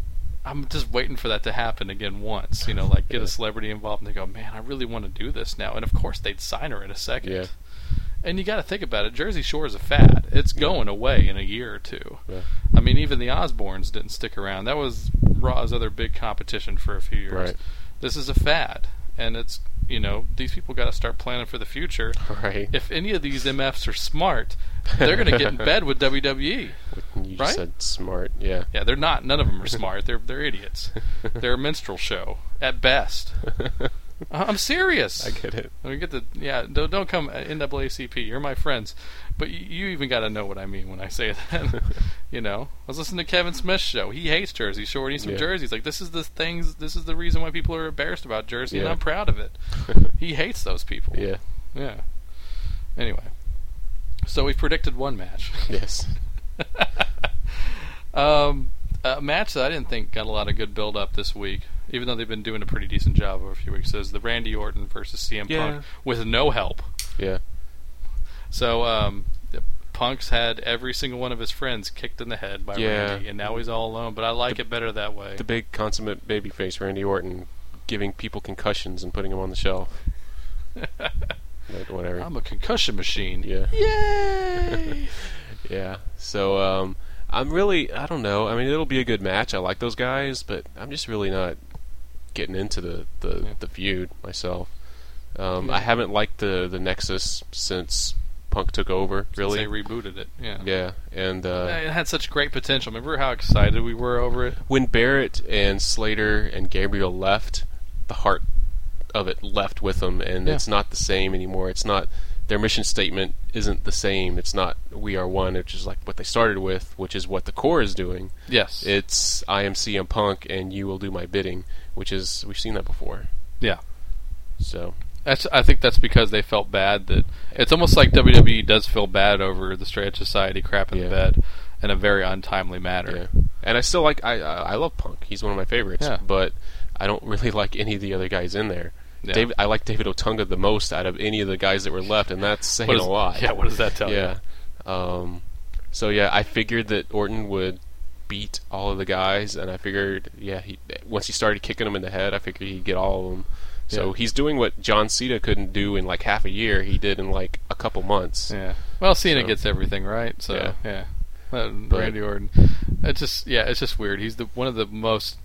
[SPEAKER 2] i'm just waiting for that to happen again once you know like get
[SPEAKER 3] Yeah.
[SPEAKER 2] a celebrity involved and they go man i really want to do this now and of course they'd sign her in a second
[SPEAKER 3] Yeah.
[SPEAKER 2] and you got to think about it. Jersey Shore is a fad. It's going away in a year or two.
[SPEAKER 3] Yeah.
[SPEAKER 2] I mean, even the Osbournes didn't stick around. That was Raw's other big competition for a few years.
[SPEAKER 3] Right.
[SPEAKER 2] This is a fad, and it's you know these people got to start planning for the future.
[SPEAKER 3] Right.
[SPEAKER 2] If any of these MFs are smart, they're going to get in bed with WWE.
[SPEAKER 3] You just
[SPEAKER 2] Right?
[SPEAKER 3] said smart. Yeah.
[SPEAKER 2] Yeah, they're not. None of them are smart. They're they're idiots. They're a minstrel show at best. I- I'm serious.
[SPEAKER 3] I get it.
[SPEAKER 2] Let me get the yeah. Don't, don't come uh, NAACP. You're my friends, but you, you even got to know what I mean when I say that. you know, I was listening to Kevin Smith's show. He hates Jersey Shore. and He's from
[SPEAKER 3] Yeah.
[SPEAKER 2] Jersey. He's like, this is the things. This is the reason why people are embarrassed about Jersey, and
[SPEAKER 3] Yeah.
[SPEAKER 2] I'm proud of it. he hates those people.
[SPEAKER 3] Yeah.
[SPEAKER 2] Yeah. Anyway, so we've predicted one match.
[SPEAKER 3] Yes.
[SPEAKER 2] Um, a match that I didn't think got a lot of good build up this week, even though they've been doing a pretty decent job over a few weeks, is the Randy Orton versus CM
[SPEAKER 3] Yeah.
[SPEAKER 2] Punk with no help.
[SPEAKER 3] Yeah.
[SPEAKER 2] So um, Punk's had every single one of his friends kicked in the head by
[SPEAKER 3] Yeah.
[SPEAKER 2] Randy, and now he's all alone. But I like it better that way.
[SPEAKER 3] The big consummate babyface Randy Orton giving people concussions and putting them on the shelf. Like, whatever.
[SPEAKER 2] I'm a concussion machine.
[SPEAKER 3] yeah.
[SPEAKER 2] Yay!
[SPEAKER 3] Yeah. So um, I'm really I don't know. I mean, it'll be a good match. I like those guys, but I'm just really not getting into the the,
[SPEAKER 2] Yeah.
[SPEAKER 3] the feud myself. Um,
[SPEAKER 2] Yeah.
[SPEAKER 3] I haven't liked the the Nexus since Punk took over. Really.
[SPEAKER 2] They rebooted it. Yeah.
[SPEAKER 3] yeah. And
[SPEAKER 2] Uh,
[SPEAKER 3] uh,
[SPEAKER 2] It had such great potential. Remember how excited we were over it?
[SPEAKER 3] when Barrett and Slater and Gabriel left, the heart of it left with them, and
[SPEAKER 2] Yeah.
[SPEAKER 3] it's not the same anymore. It's not their mission statement isn't the same. It's not we are one, which is like what they started with, which is what the core is doing.
[SPEAKER 2] Yes.
[SPEAKER 3] It's I am CM Punk and you will do my bidding, which is we've seen that before.
[SPEAKER 2] yeah.
[SPEAKER 3] So
[SPEAKER 2] That's, I think that's because they felt bad that it's almost like WWE does feel bad over the Straight Edge Society crap in the
[SPEAKER 3] Yeah.
[SPEAKER 2] bed in a very untimely manner.
[SPEAKER 3] yeah, and I still like I I I love Punk. He's one of my favorites,
[SPEAKER 2] Yeah.
[SPEAKER 3] but I don't really like any of the other guys in there.
[SPEAKER 2] Yeah.
[SPEAKER 3] David, I like David Otunga the most out of any of the guys that were left, and that's saying
[SPEAKER 2] What does-
[SPEAKER 3] a lot.
[SPEAKER 2] Yeah, what does that tell you?
[SPEAKER 3] yeah. Um, so yeah, I figured that Orton would beat all of the guys, and I figured yeah, he once he started kicking them in the head, I figured he'd get all of them. So
[SPEAKER 2] Yeah.
[SPEAKER 3] he's doing what John Cena couldn't do in like half a year. He did in like a couple months.
[SPEAKER 2] Yeah. Well, Cena
[SPEAKER 3] So-
[SPEAKER 2] gets everything right, so yeah.
[SPEAKER 3] Yeah.
[SPEAKER 2] Uh,
[SPEAKER 3] But-
[SPEAKER 2] Randy Orton. It's just yeah, it's just weird. He's the one of the most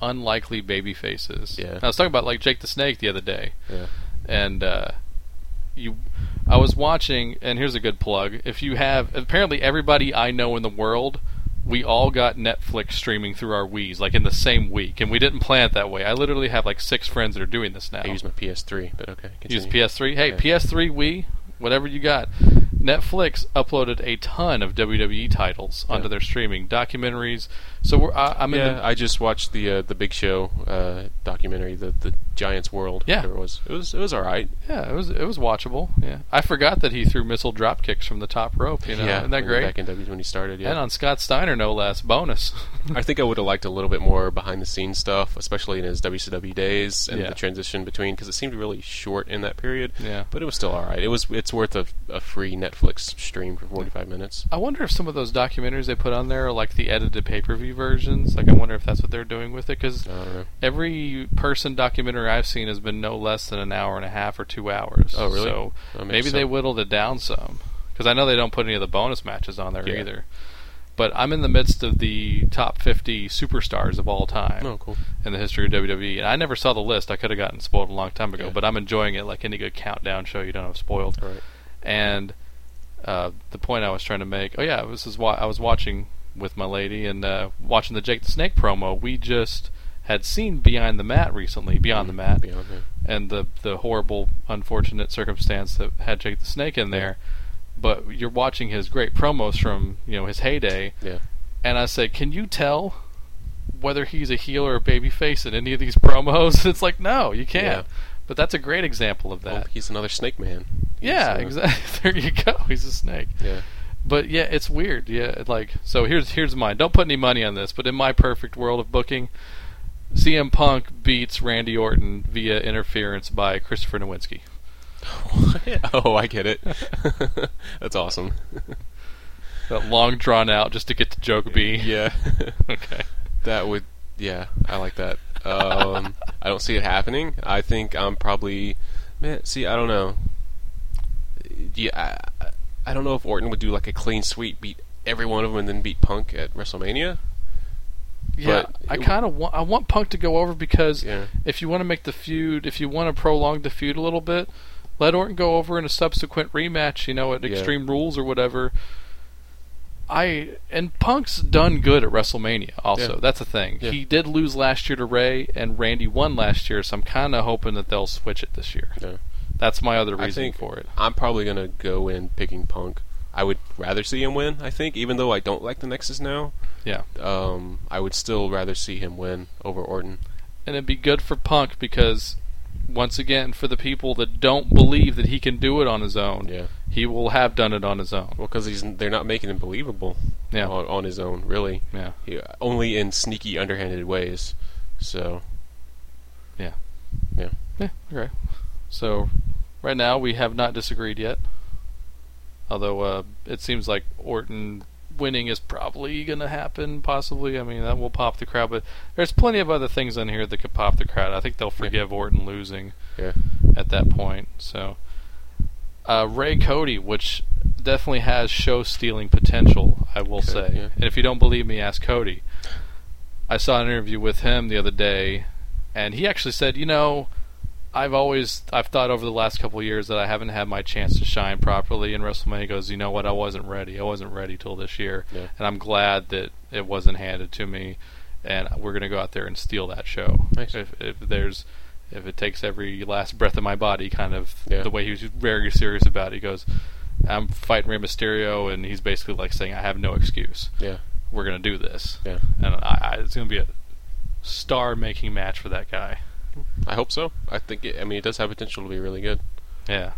[SPEAKER 2] unlikely baby faces.
[SPEAKER 3] Yeah.
[SPEAKER 2] I was talking about like Jake the Snake the other day.
[SPEAKER 3] Yeah.
[SPEAKER 2] and uh, you I was watching and here's a good plug if you have apparently everybody I know in the world we all got Netflix streaming through our Wii's like in the same week and we didn't plan it that way I literally have like six friends that are doing this now
[SPEAKER 3] I use my PS3, but okay.
[SPEAKER 2] use
[SPEAKER 3] Continue.
[SPEAKER 2] PS3 hey
[SPEAKER 3] Yeah.
[SPEAKER 2] PS3 Wii whatever you got Netflix uploaded a ton of WWE titles onto their streaming documentaries. So we're, I, I'm in
[SPEAKER 3] yeah,
[SPEAKER 2] the,
[SPEAKER 3] I just watched the uh, the Big Show uh, documentary, the the Giants World.
[SPEAKER 2] Yeah.
[SPEAKER 3] whatever it was it was it was all right.
[SPEAKER 2] yeah, it was it was watchable. Yeah, I forgot that he threw missile drop kicks from the top rope. You know,
[SPEAKER 3] yeah,
[SPEAKER 2] isn't that
[SPEAKER 3] when-
[SPEAKER 2] great?
[SPEAKER 3] Back in W when he started, yeah.
[SPEAKER 2] And on Scott Steiner, no less. Bonus.
[SPEAKER 3] I think I would have liked a little bit more behind the scenes stuff, especially in his WCW days and
[SPEAKER 2] Yeah.
[SPEAKER 3] the transition between, because it seemed really short in that period.
[SPEAKER 2] Yeah.
[SPEAKER 3] but it was still all right. It was it's worth a, a free Netflix stream for forty five minutes.
[SPEAKER 2] I wonder if some of those documentaries they put on there are like the edited pay per view versions. Like, I wonder if that's what they're doing with it because
[SPEAKER 3] I don't know.
[SPEAKER 2] every person documentary I've seen has been no less than an hour and a half or two hours.
[SPEAKER 3] Oh, really?
[SPEAKER 2] So
[SPEAKER 3] That makes
[SPEAKER 2] maybe they
[SPEAKER 3] sense.
[SPEAKER 2] whittled it down some because I know they don't put any of the bonus matches on there
[SPEAKER 3] Yeah.
[SPEAKER 2] either. But I'm in the midst of the top 50 superstars of all time
[SPEAKER 3] Oh, cool.
[SPEAKER 2] in the history of WWE, and I never saw the list. I could have gotten spoiled a long time ago,
[SPEAKER 3] Yeah.
[SPEAKER 2] but I'm enjoying it like any good countdown show you don't have spoiled
[SPEAKER 3] All right.
[SPEAKER 2] and uh, the point I was trying to make. Oh yeah, this is why I was watching with my lady and uh, watching the Jake the Snake promo. We just had seen Behind the Mat recently, Beyond the Mat,
[SPEAKER 3] Beyond, yeah.
[SPEAKER 2] and the the horrible, unfortunate circumstance that had Jake the Snake in there. But you're watching his great promos from you know his heyday,
[SPEAKER 3] Yeah.
[SPEAKER 2] and I say, can you tell? Whether he's a heel or a babyface in any of these promos, it's like no, you can't.
[SPEAKER 3] Yeah.
[SPEAKER 2] But that's a great example of
[SPEAKER 3] Well,
[SPEAKER 2] that.
[SPEAKER 3] Oh, he's another Snake Man. He's,
[SPEAKER 2] yeah,
[SPEAKER 3] uh,
[SPEAKER 2] exactly. there you go. He's a snake
[SPEAKER 3] Yeah.
[SPEAKER 2] but yeah, it's weird. Yeah, like so. Here's here's mine. Don't put any money on this, but in my perfect world of booking, CM Punk beats Randy Orton via interference by Christopher Nowinski.
[SPEAKER 3] oh, I get it. That's awesome.
[SPEAKER 2] That long drawn out just to get to joke B.
[SPEAKER 3] Yeah.
[SPEAKER 2] Okay.
[SPEAKER 3] That would, yeah, I like that. Um, I don't see it happening. I think I'm probably, man. See, I don't know. Yeah, I, I don't know if Orton would do like a clean sweep, beat every one of them, and then beat Punk at WrestleMania.
[SPEAKER 2] Yeah,
[SPEAKER 3] But-
[SPEAKER 2] I kind of want I want Punk to go over because
[SPEAKER 3] Yeah.
[SPEAKER 2] if you want to make the feud, if you want to prolong the feud a little bit, let Orton go over in a subsequent rematch. You know, at
[SPEAKER 3] Yeah.
[SPEAKER 2] Extreme Rules or whatever. I and Punk's done good at WrestleMania. Also,
[SPEAKER 3] Yeah.
[SPEAKER 2] that's the thing.
[SPEAKER 3] Yeah.
[SPEAKER 2] He did lose last year to Ray, and Randy won last year, so I'm kind of hoping that they'll switch it this year.
[SPEAKER 3] Yeah.
[SPEAKER 2] That's my other
[SPEAKER 3] I
[SPEAKER 2] reason
[SPEAKER 3] think-
[SPEAKER 2] for it.
[SPEAKER 3] I'm probably gonna go in picking Punk. I would rather see him win. I think, even though I don't like the Nexus now,
[SPEAKER 2] Yeah,
[SPEAKER 3] um, I would still rather see him win over Orton.
[SPEAKER 2] and it'd be good for Punk because once again, for the people that don't believe that he can do it on his own,
[SPEAKER 3] Yeah.
[SPEAKER 2] he will have done it on his own.
[SPEAKER 3] Well, because he's they're not making him believable.
[SPEAKER 2] Yeah.
[SPEAKER 3] On, on his own, really.
[SPEAKER 2] Yeah.
[SPEAKER 3] He, only in sneaky, underhanded ways. So.
[SPEAKER 2] Yeah.
[SPEAKER 3] Yeah.
[SPEAKER 2] Yeah, okay. So, right now we have not disagreed yet. Although uh, it seems like Orton winning is probably going to happen, possibly. I mean, that will pop the crowd, but there's plenty of other things in here that could pop the crowd. I think they'll forgive Orton losing
[SPEAKER 3] Yeah.
[SPEAKER 2] at that point. So, uh, Ray Cody, which definitely has show stealing potential, I will
[SPEAKER 3] Okay,
[SPEAKER 2] say.
[SPEAKER 3] yeah.
[SPEAKER 2] And if you don't believe me, ask Cody. I saw an interview with him the other day, and he actually said, you know, I've always I've thought over the last couple of years that I haven't had my chance to shine properly in WrestleMania. He goes, you know what? I wasn't ready. I wasn't ready till this year,
[SPEAKER 3] Yeah.
[SPEAKER 2] and I'm glad that it wasn't handed to me. And we're gonna go out there and steal that show.
[SPEAKER 3] Nice.
[SPEAKER 2] If, if there's if it takes every last breath of my body, kind of
[SPEAKER 3] Yeah.
[SPEAKER 2] the way he was very serious about it. He goes, I'm fighting Rey Mysterio, and he's basically like saying, I have no excuse.
[SPEAKER 3] Yeah.
[SPEAKER 2] We're going to do this.
[SPEAKER 3] Yeah.
[SPEAKER 2] And I, I, it's going to be a star making match for that guy.
[SPEAKER 3] I hope so. I think. It, I mean, it does have potential to be really good.
[SPEAKER 2] Yeah.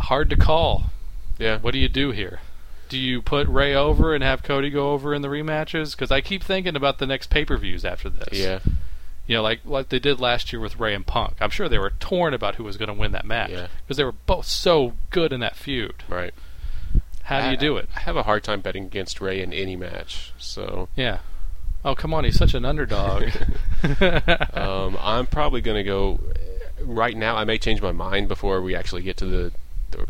[SPEAKER 2] Hard to call.
[SPEAKER 3] Yeah.
[SPEAKER 2] What do you do here? Do you put Ray over and have Cody go over in the rematches? Because I keep thinking about the next pay per views after this.
[SPEAKER 3] Yeah.
[SPEAKER 2] You know, like like they did last year with Ray and Punk. I'm sure they were torn about who was going to win that match
[SPEAKER 3] Yeah.
[SPEAKER 2] because they were both so good in that feud.
[SPEAKER 3] Right.
[SPEAKER 2] How do
[SPEAKER 3] I-
[SPEAKER 2] you do it?
[SPEAKER 3] I have a hard time betting against Ray in any match. So.
[SPEAKER 2] Yeah. Oh come on, he's such an underdog.
[SPEAKER 3] Um, I'm probably going to go right now. I may change my mind before we actually get to the.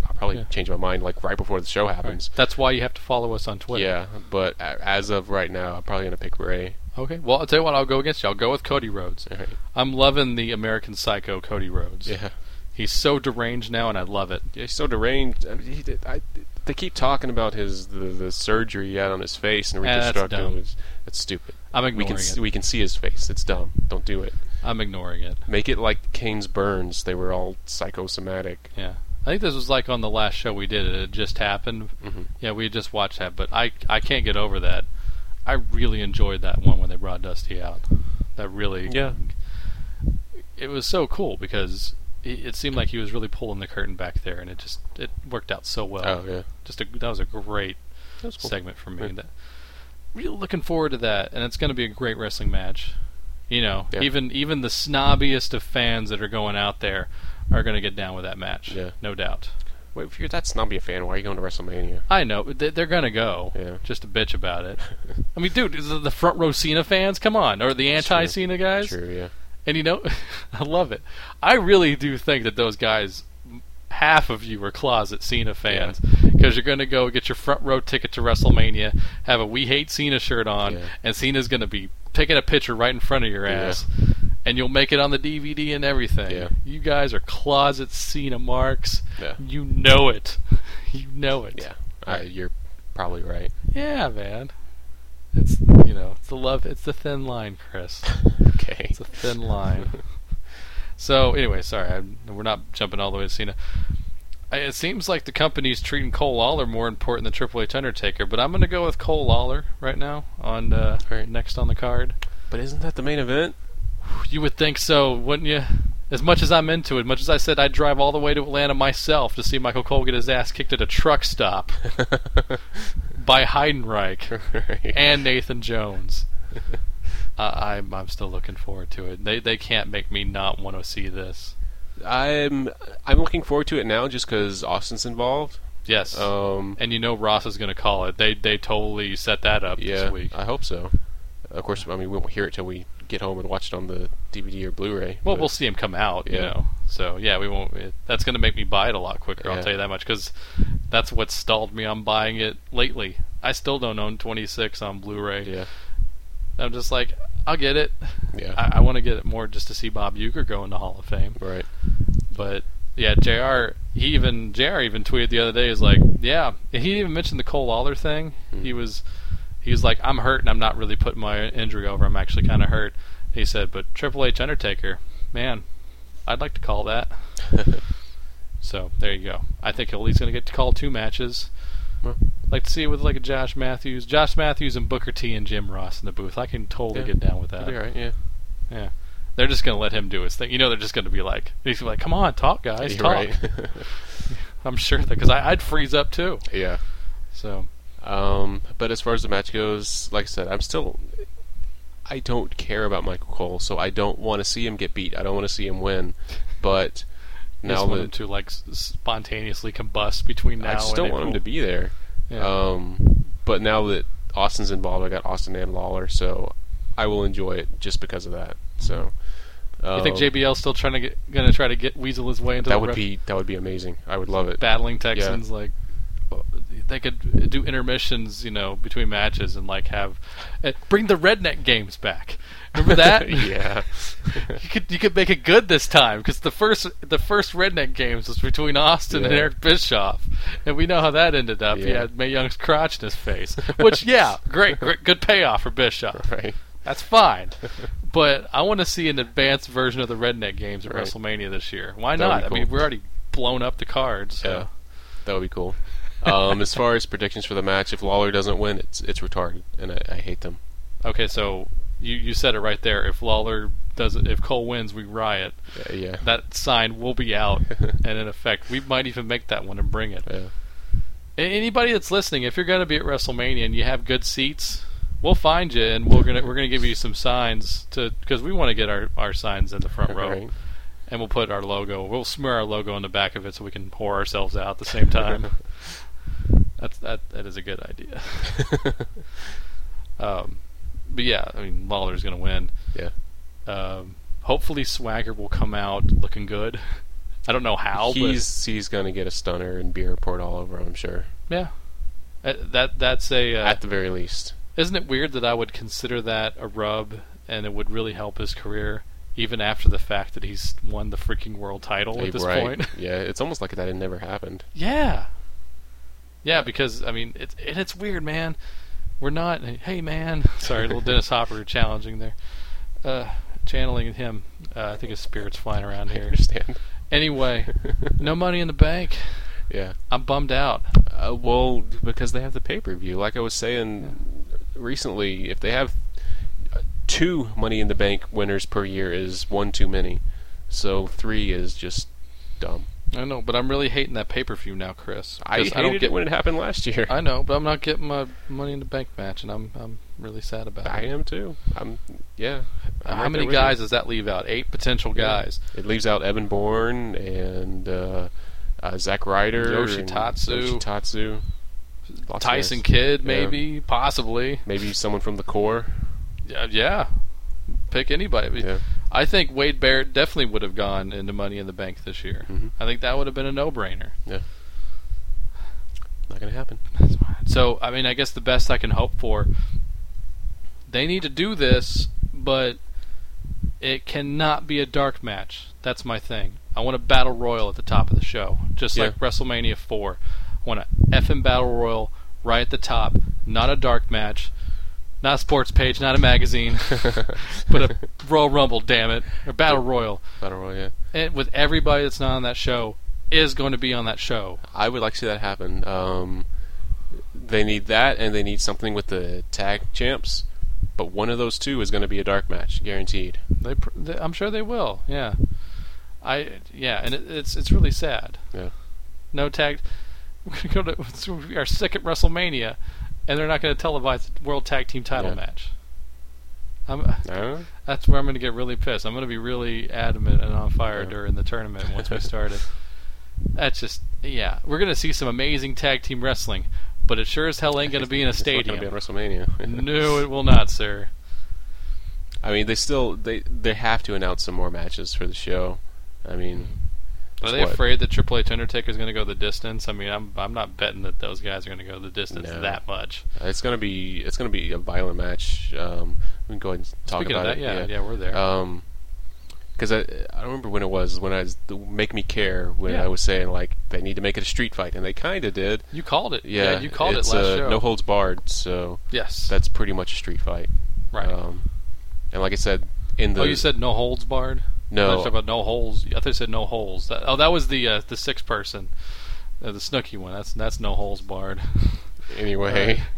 [SPEAKER 3] I'll probably
[SPEAKER 2] Yeah.
[SPEAKER 3] change my mind like right before the show happens.
[SPEAKER 2] That's why you have to follow us on Twitter.
[SPEAKER 3] Yeah, but a- as of right now, I'm probably going to pick Ray.
[SPEAKER 2] Okay. Well, I'll tell you what. I'll go against you. I'll go with Cody Rhodes.
[SPEAKER 3] All right.
[SPEAKER 2] I'm loving the American Psycho Cody Rhodes.
[SPEAKER 3] Yeah.
[SPEAKER 2] He's so deranged now, and I love it.
[SPEAKER 3] Yeah, he's so deranged. I mean, he did, I, they keep talking about his the, the surgery he had on his face and
[SPEAKER 2] Yeah, that's
[SPEAKER 3] reconstructing.
[SPEAKER 2] dumb.
[SPEAKER 3] That's, that's stupid.
[SPEAKER 2] I'm
[SPEAKER 3] we can
[SPEAKER 2] ignoring
[SPEAKER 3] s-
[SPEAKER 2] it.
[SPEAKER 3] we can see his face. It's dumb. Don't do it.
[SPEAKER 2] I'm ignoring it.
[SPEAKER 3] Make it like Kane's burns. They were all psychosomatic.
[SPEAKER 2] Yeah. I think this was like on the last show we did. It had just happened.
[SPEAKER 3] Mm-hmm.
[SPEAKER 2] Yeah, we had just watched that, but I I can't get over that. I really enjoyed that one when they brought Dusty out. That really
[SPEAKER 3] Yeah.
[SPEAKER 2] it was so cool because it, it seemed like he was really pulling the curtain back there, and it just it worked out so well.
[SPEAKER 3] Oh yeah.
[SPEAKER 2] Just a, that was a great
[SPEAKER 3] That's cool.
[SPEAKER 2] segment for me.
[SPEAKER 3] Yeah.
[SPEAKER 2] That really looking forward to that, and it's going to be a great wrestling match. You know,
[SPEAKER 3] Yeah.
[SPEAKER 2] even even the snobbiest of fans that are going out there are going to get down with that match.
[SPEAKER 3] Yeah.
[SPEAKER 2] no doubt.
[SPEAKER 3] Wait, if you're that snobby a fan, why are you going to WrestleMania?
[SPEAKER 2] I know but they- they're going to go.
[SPEAKER 3] Yeah.
[SPEAKER 2] Just to bitch about it. I mean, dude, is it the front row Cena fans, come on, or the anti Cena guys.
[SPEAKER 3] True, yeah.
[SPEAKER 2] And you know, I love it. I really do think that those guys, half of you are closet Cena fans, because you're going to go get your front row ticket to WrestleMania, have a "We Hate Cena" shirt on,
[SPEAKER 3] Yeah.
[SPEAKER 2] and Cena's going to be taking a picture right in front of your
[SPEAKER 3] Yeah.
[SPEAKER 2] ass, and you'll make it on the DVD and everything.
[SPEAKER 3] Yeah.
[SPEAKER 2] You guys are closet Cena marks.
[SPEAKER 3] Yeah.
[SPEAKER 2] You know it. You know it.
[SPEAKER 3] Yeah. Uh, you're probably right.
[SPEAKER 2] Yeah, man. It's you know, it's the love. It's the thin line, Chris.
[SPEAKER 3] Okay.
[SPEAKER 2] It's a thin line. so anyway, sorry, I'm, we're not jumping all the way to Cena. I, it seems like the company's treating Cole Lawler more important than Triple H Undertaker, but I'm going to go with Cole Lawler right now on uh,
[SPEAKER 3] Alright.
[SPEAKER 2] next on the card.
[SPEAKER 3] But isn't that the main event?
[SPEAKER 2] You would think so, wouldn't you? As much as I'm into it, much as I said I'd drive all the way to Atlanta myself to see Michael Cole get his ass kicked at a truck stop by Heidenreich and Nathan Jones. uh, I'm I'm still looking forward to it. They they can't make me not want to see this.
[SPEAKER 3] I'm I'm looking forward to it now just because Austin's involved.
[SPEAKER 2] Yes.
[SPEAKER 3] Um,
[SPEAKER 2] and you know Ross is going to call it. They they totally set that up
[SPEAKER 3] yeah,
[SPEAKER 2] this week.
[SPEAKER 3] I hope so. Of course, I mean we won't hear it till we get home and watch it on the DVD or Blu-ray.
[SPEAKER 2] well,
[SPEAKER 3] but-
[SPEAKER 2] we'll see him come out, you
[SPEAKER 3] Yeah.
[SPEAKER 2] know. So yeah, we won't. It, that's going to make me buy it a lot quicker. I'll
[SPEAKER 3] Yeah.
[SPEAKER 2] tell you that much because that's what stalled me on buying it lately. I still don't own 26 on Blu-ray.
[SPEAKER 3] Yeah,
[SPEAKER 2] I'm just like, I'll get it.
[SPEAKER 3] yeah,
[SPEAKER 2] I, I want to get it more just to see Bob Uecker go in the Hall of Fame.
[SPEAKER 3] right.
[SPEAKER 2] But yeah, Jr. He even Jr. even tweeted the other day. He's like, yeah, he didn't even mention the Cole Lawler thing.
[SPEAKER 3] Hmm.
[SPEAKER 2] He was he was like, I'm hurt and I'm not really putting my injury over. I'm actually kind of hurt. He said, but Triple H Undertaker, man, I'd like to call that. so there you go. I think he'll- he's going to get to call two matches.
[SPEAKER 3] Well.
[SPEAKER 2] Like to see it with like a Josh Matthews, Josh Matthews and Booker T and Jim Ross in the booth. I can totally
[SPEAKER 3] Yeah.
[SPEAKER 2] get down with that.
[SPEAKER 3] That'll be all right. Yeah,
[SPEAKER 2] They're just gonna let him do his thing. You know, they're just gonna be like, he's gonna be like, "Come on, talk, guys,
[SPEAKER 3] You're
[SPEAKER 2] talk."
[SPEAKER 3] right.
[SPEAKER 2] I'm sure that because I'd freeze up too.
[SPEAKER 3] yeah.
[SPEAKER 2] So
[SPEAKER 3] Um, but as far as the match goes, like I said, I'm still. I don't care about Michael Cole, so I don't want to see him get beat. I don't want to see him win. But
[SPEAKER 2] just
[SPEAKER 3] now
[SPEAKER 2] want him
[SPEAKER 3] that
[SPEAKER 2] to like s- spontaneously combust between now.
[SPEAKER 3] I just
[SPEAKER 2] and
[SPEAKER 3] don't want him to
[SPEAKER 2] April.
[SPEAKER 3] be there.
[SPEAKER 2] Yeah.
[SPEAKER 3] Um, but now that Austin's involved, I got Austin and Lawler, so I will enjoy it just because of that. So. Um,
[SPEAKER 2] you think JBL's still trying to get gonna try to get weasel his way into the
[SPEAKER 3] That would
[SPEAKER 2] ref-
[SPEAKER 3] be that would be amazing. I would love it.
[SPEAKER 2] battling Texans like? They could do intermissions, you know, between matches and like have eh, bring the redneck games back. Remember that?
[SPEAKER 3] yeah.
[SPEAKER 2] You could you could make it good this time because the first the first redneck games was between Austin and
[SPEAKER 3] Yeah.
[SPEAKER 2] Eric Bischoff, and we know how that ended up. He
[SPEAKER 3] Yeah.
[SPEAKER 2] had May Young's crotch in his face, which yeah, great, great good payoff for Bischoff.
[SPEAKER 3] right.
[SPEAKER 2] That's fine, but I want to see an advanced version of the redneck games at
[SPEAKER 3] Right.
[SPEAKER 2] WrestleMania this year. Why
[SPEAKER 3] That would
[SPEAKER 2] not?
[SPEAKER 3] be
[SPEAKER 2] I mean,
[SPEAKER 3] cool.
[SPEAKER 2] we're already blown up the cards. So.
[SPEAKER 3] Yeah. That would be cool. Um, as far as predictions for the match, if Lawler doesn't win, it's it's retarded, and I, I hate them.
[SPEAKER 2] Okay, so you you said it right there. If Lawler does it, if Cole wins, we riot.
[SPEAKER 3] Yeah, Uh, yeah.
[SPEAKER 2] That sign will be out, and in effect, we might even make that one and bring it.
[SPEAKER 3] yeah.
[SPEAKER 2] A- Anybody that's listening, if you're going to be at WrestleMania and you have good seats, we'll find you and we're gonna we're gonna give you some signs to because we want to get our, our signs in the front row
[SPEAKER 3] Right.
[SPEAKER 2] and we'll put our logo. We'll smear our logo on the back of it so we can whore ourselves out at the same time. That's that that is a good idea. um, but yeah, I mean Lawler's going to win.
[SPEAKER 3] Yeah.
[SPEAKER 2] Um, hopefully Swagger will come out looking good. I don't know how, but
[SPEAKER 3] he's he's gonna get a stunner and beer poured all over him. I'm sure.
[SPEAKER 2] yeah. Uh, That that's a uh,
[SPEAKER 3] At the very least.
[SPEAKER 2] Isn't it weird that I would consider that a rub and it would really help his career even after the fact that he's won the freaking world title
[SPEAKER 3] Hey,
[SPEAKER 2] at this
[SPEAKER 3] right.
[SPEAKER 2] point?
[SPEAKER 3] yeah. It's almost like that had never happened.
[SPEAKER 2] yeah. Yeah, because I mean it's and it's weird, man. We're not hey man. Sorry, little Dennis Hopper challenging there. Uh channeling him. Uh, I think his spirit's flying around
[SPEAKER 3] I
[SPEAKER 2] here.
[SPEAKER 3] understand.
[SPEAKER 2] Anyway, no money in the bank.
[SPEAKER 3] Yeah.
[SPEAKER 2] I'm bummed out.
[SPEAKER 3] Uh, well, because they have the pay per view. Like I was saying recently, if they have uh, two Money in the Bank winners per year, is one too many. So three is just dumb.
[SPEAKER 2] I know, but I'm really hating that pay per view now, Chris.
[SPEAKER 3] I
[SPEAKER 2] 'cause
[SPEAKER 3] hated
[SPEAKER 2] don't get
[SPEAKER 3] it when it happened last year. I,
[SPEAKER 2] I know, but I'm not getting my money in the bank match, and I'm I'm really sad about it.
[SPEAKER 3] am too. I'm yeah. I'm
[SPEAKER 2] How
[SPEAKER 3] right
[SPEAKER 2] many
[SPEAKER 3] there with you.
[SPEAKER 2] guys does that leave out? Eight potential guys.
[SPEAKER 3] It leaves out Evan Bourne and uh, uh, Zack Ryder,
[SPEAKER 2] Yoshitatsu.
[SPEAKER 3] and Yoshitatsu, Lots of
[SPEAKER 2] Tyson
[SPEAKER 3] guys.
[SPEAKER 2] Kidd,
[SPEAKER 3] Yeah.
[SPEAKER 2] maybe, possibly.
[SPEAKER 3] maybe someone from the core.
[SPEAKER 2] Yeah, yeah. Pick anybody.
[SPEAKER 3] Yeah.
[SPEAKER 2] I think Wade Barrett definitely would have gone into Money in the Bank this year.
[SPEAKER 3] Mhm.
[SPEAKER 2] I think that would have been a no-brainer.
[SPEAKER 3] Not gonna happen.
[SPEAKER 2] So, I mean, I guess the best I can hope for, they need to do this, but it cannot be a dark match. That's my thing. I want a battle royal at the top of the show, just
[SPEAKER 3] Yeah.
[SPEAKER 2] like WrestleMania 4. I want an effing battle royal right at the top, not a dark match, not a sports page, not a magazine, but a Royal Rumble, damn it, or battle royal.
[SPEAKER 3] Battle Royale. yeah.
[SPEAKER 2] And with everybody that's not on that show is going to be on that show.
[SPEAKER 3] I would like to see that happen. Um, they need that, and they need something with the tag champs. But one of those two is going to be a dark match, guaranteed.
[SPEAKER 2] They, pr- they, I'm sure they will. Yeah, I yeah, and it, it's it's really sad.
[SPEAKER 3] Yeah.
[SPEAKER 2] No tag. We're gonna go to it's gonna be our second WrestleMania, and they're not gonna televise the World Tag Team Title
[SPEAKER 3] Yeah.
[SPEAKER 2] match. I'm,
[SPEAKER 3] No,
[SPEAKER 2] that's where I'm gonna get really pissed. I'm gonna be really adamant and on fire
[SPEAKER 3] Yeah.
[SPEAKER 2] during the tournament once we start it. That's just yeah. We're gonna see some amazing tag team wrestling, but it sure as hell ain't gonna be in a stadium.
[SPEAKER 3] It's not going to be on WrestleMania.
[SPEAKER 2] no, it will not, sir.
[SPEAKER 3] I mean, they still they they have to announce some more matches for the show. I mean,
[SPEAKER 2] Are
[SPEAKER 3] it's
[SPEAKER 2] they
[SPEAKER 3] what-
[SPEAKER 2] afraid that Triple H Undertaker's going to go the distance? I mean, I'm I'm not betting that those guys are going to go the distance
[SPEAKER 3] No.
[SPEAKER 2] that much.
[SPEAKER 3] It's gonna be it's gonna be a violent match. Um, we can go ahead and talk
[SPEAKER 2] Speaking
[SPEAKER 3] about
[SPEAKER 2] of that,
[SPEAKER 3] it.
[SPEAKER 2] yeah, yeah, we're there.
[SPEAKER 3] Um, because I I don't remember when it was when I was the Make Me Care when
[SPEAKER 2] Yeah.
[SPEAKER 3] I was saying like they need to make it a street fight and they kind of did.
[SPEAKER 2] you called it.
[SPEAKER 3] Yeah,
[SPEAKER 2] Yeah, you called
[SPEAKER 3] it's,
[SPEAKER 2] it last
[SPEAKER 3] uh,
[SPEAKER 2] show.
[SPEAKER 3] No holds barred, so
[SPEAKER 2] yes,
[SPEAKER 3] that's pretty much a street fight.
[SPEAKER 2] right.
[SPEAKER 3] Um, and like I said in the
[SPEAKER 2] oh, you said no holds barred. I thought you
[SPEAKER 3] no
[SPEAKER 2] talked about no holes. I thought you said no holes. That, oh, that was the uh, the six person, uh, the Snooky one. That's that's no holes barred.
[SPEAKER 3] anyway.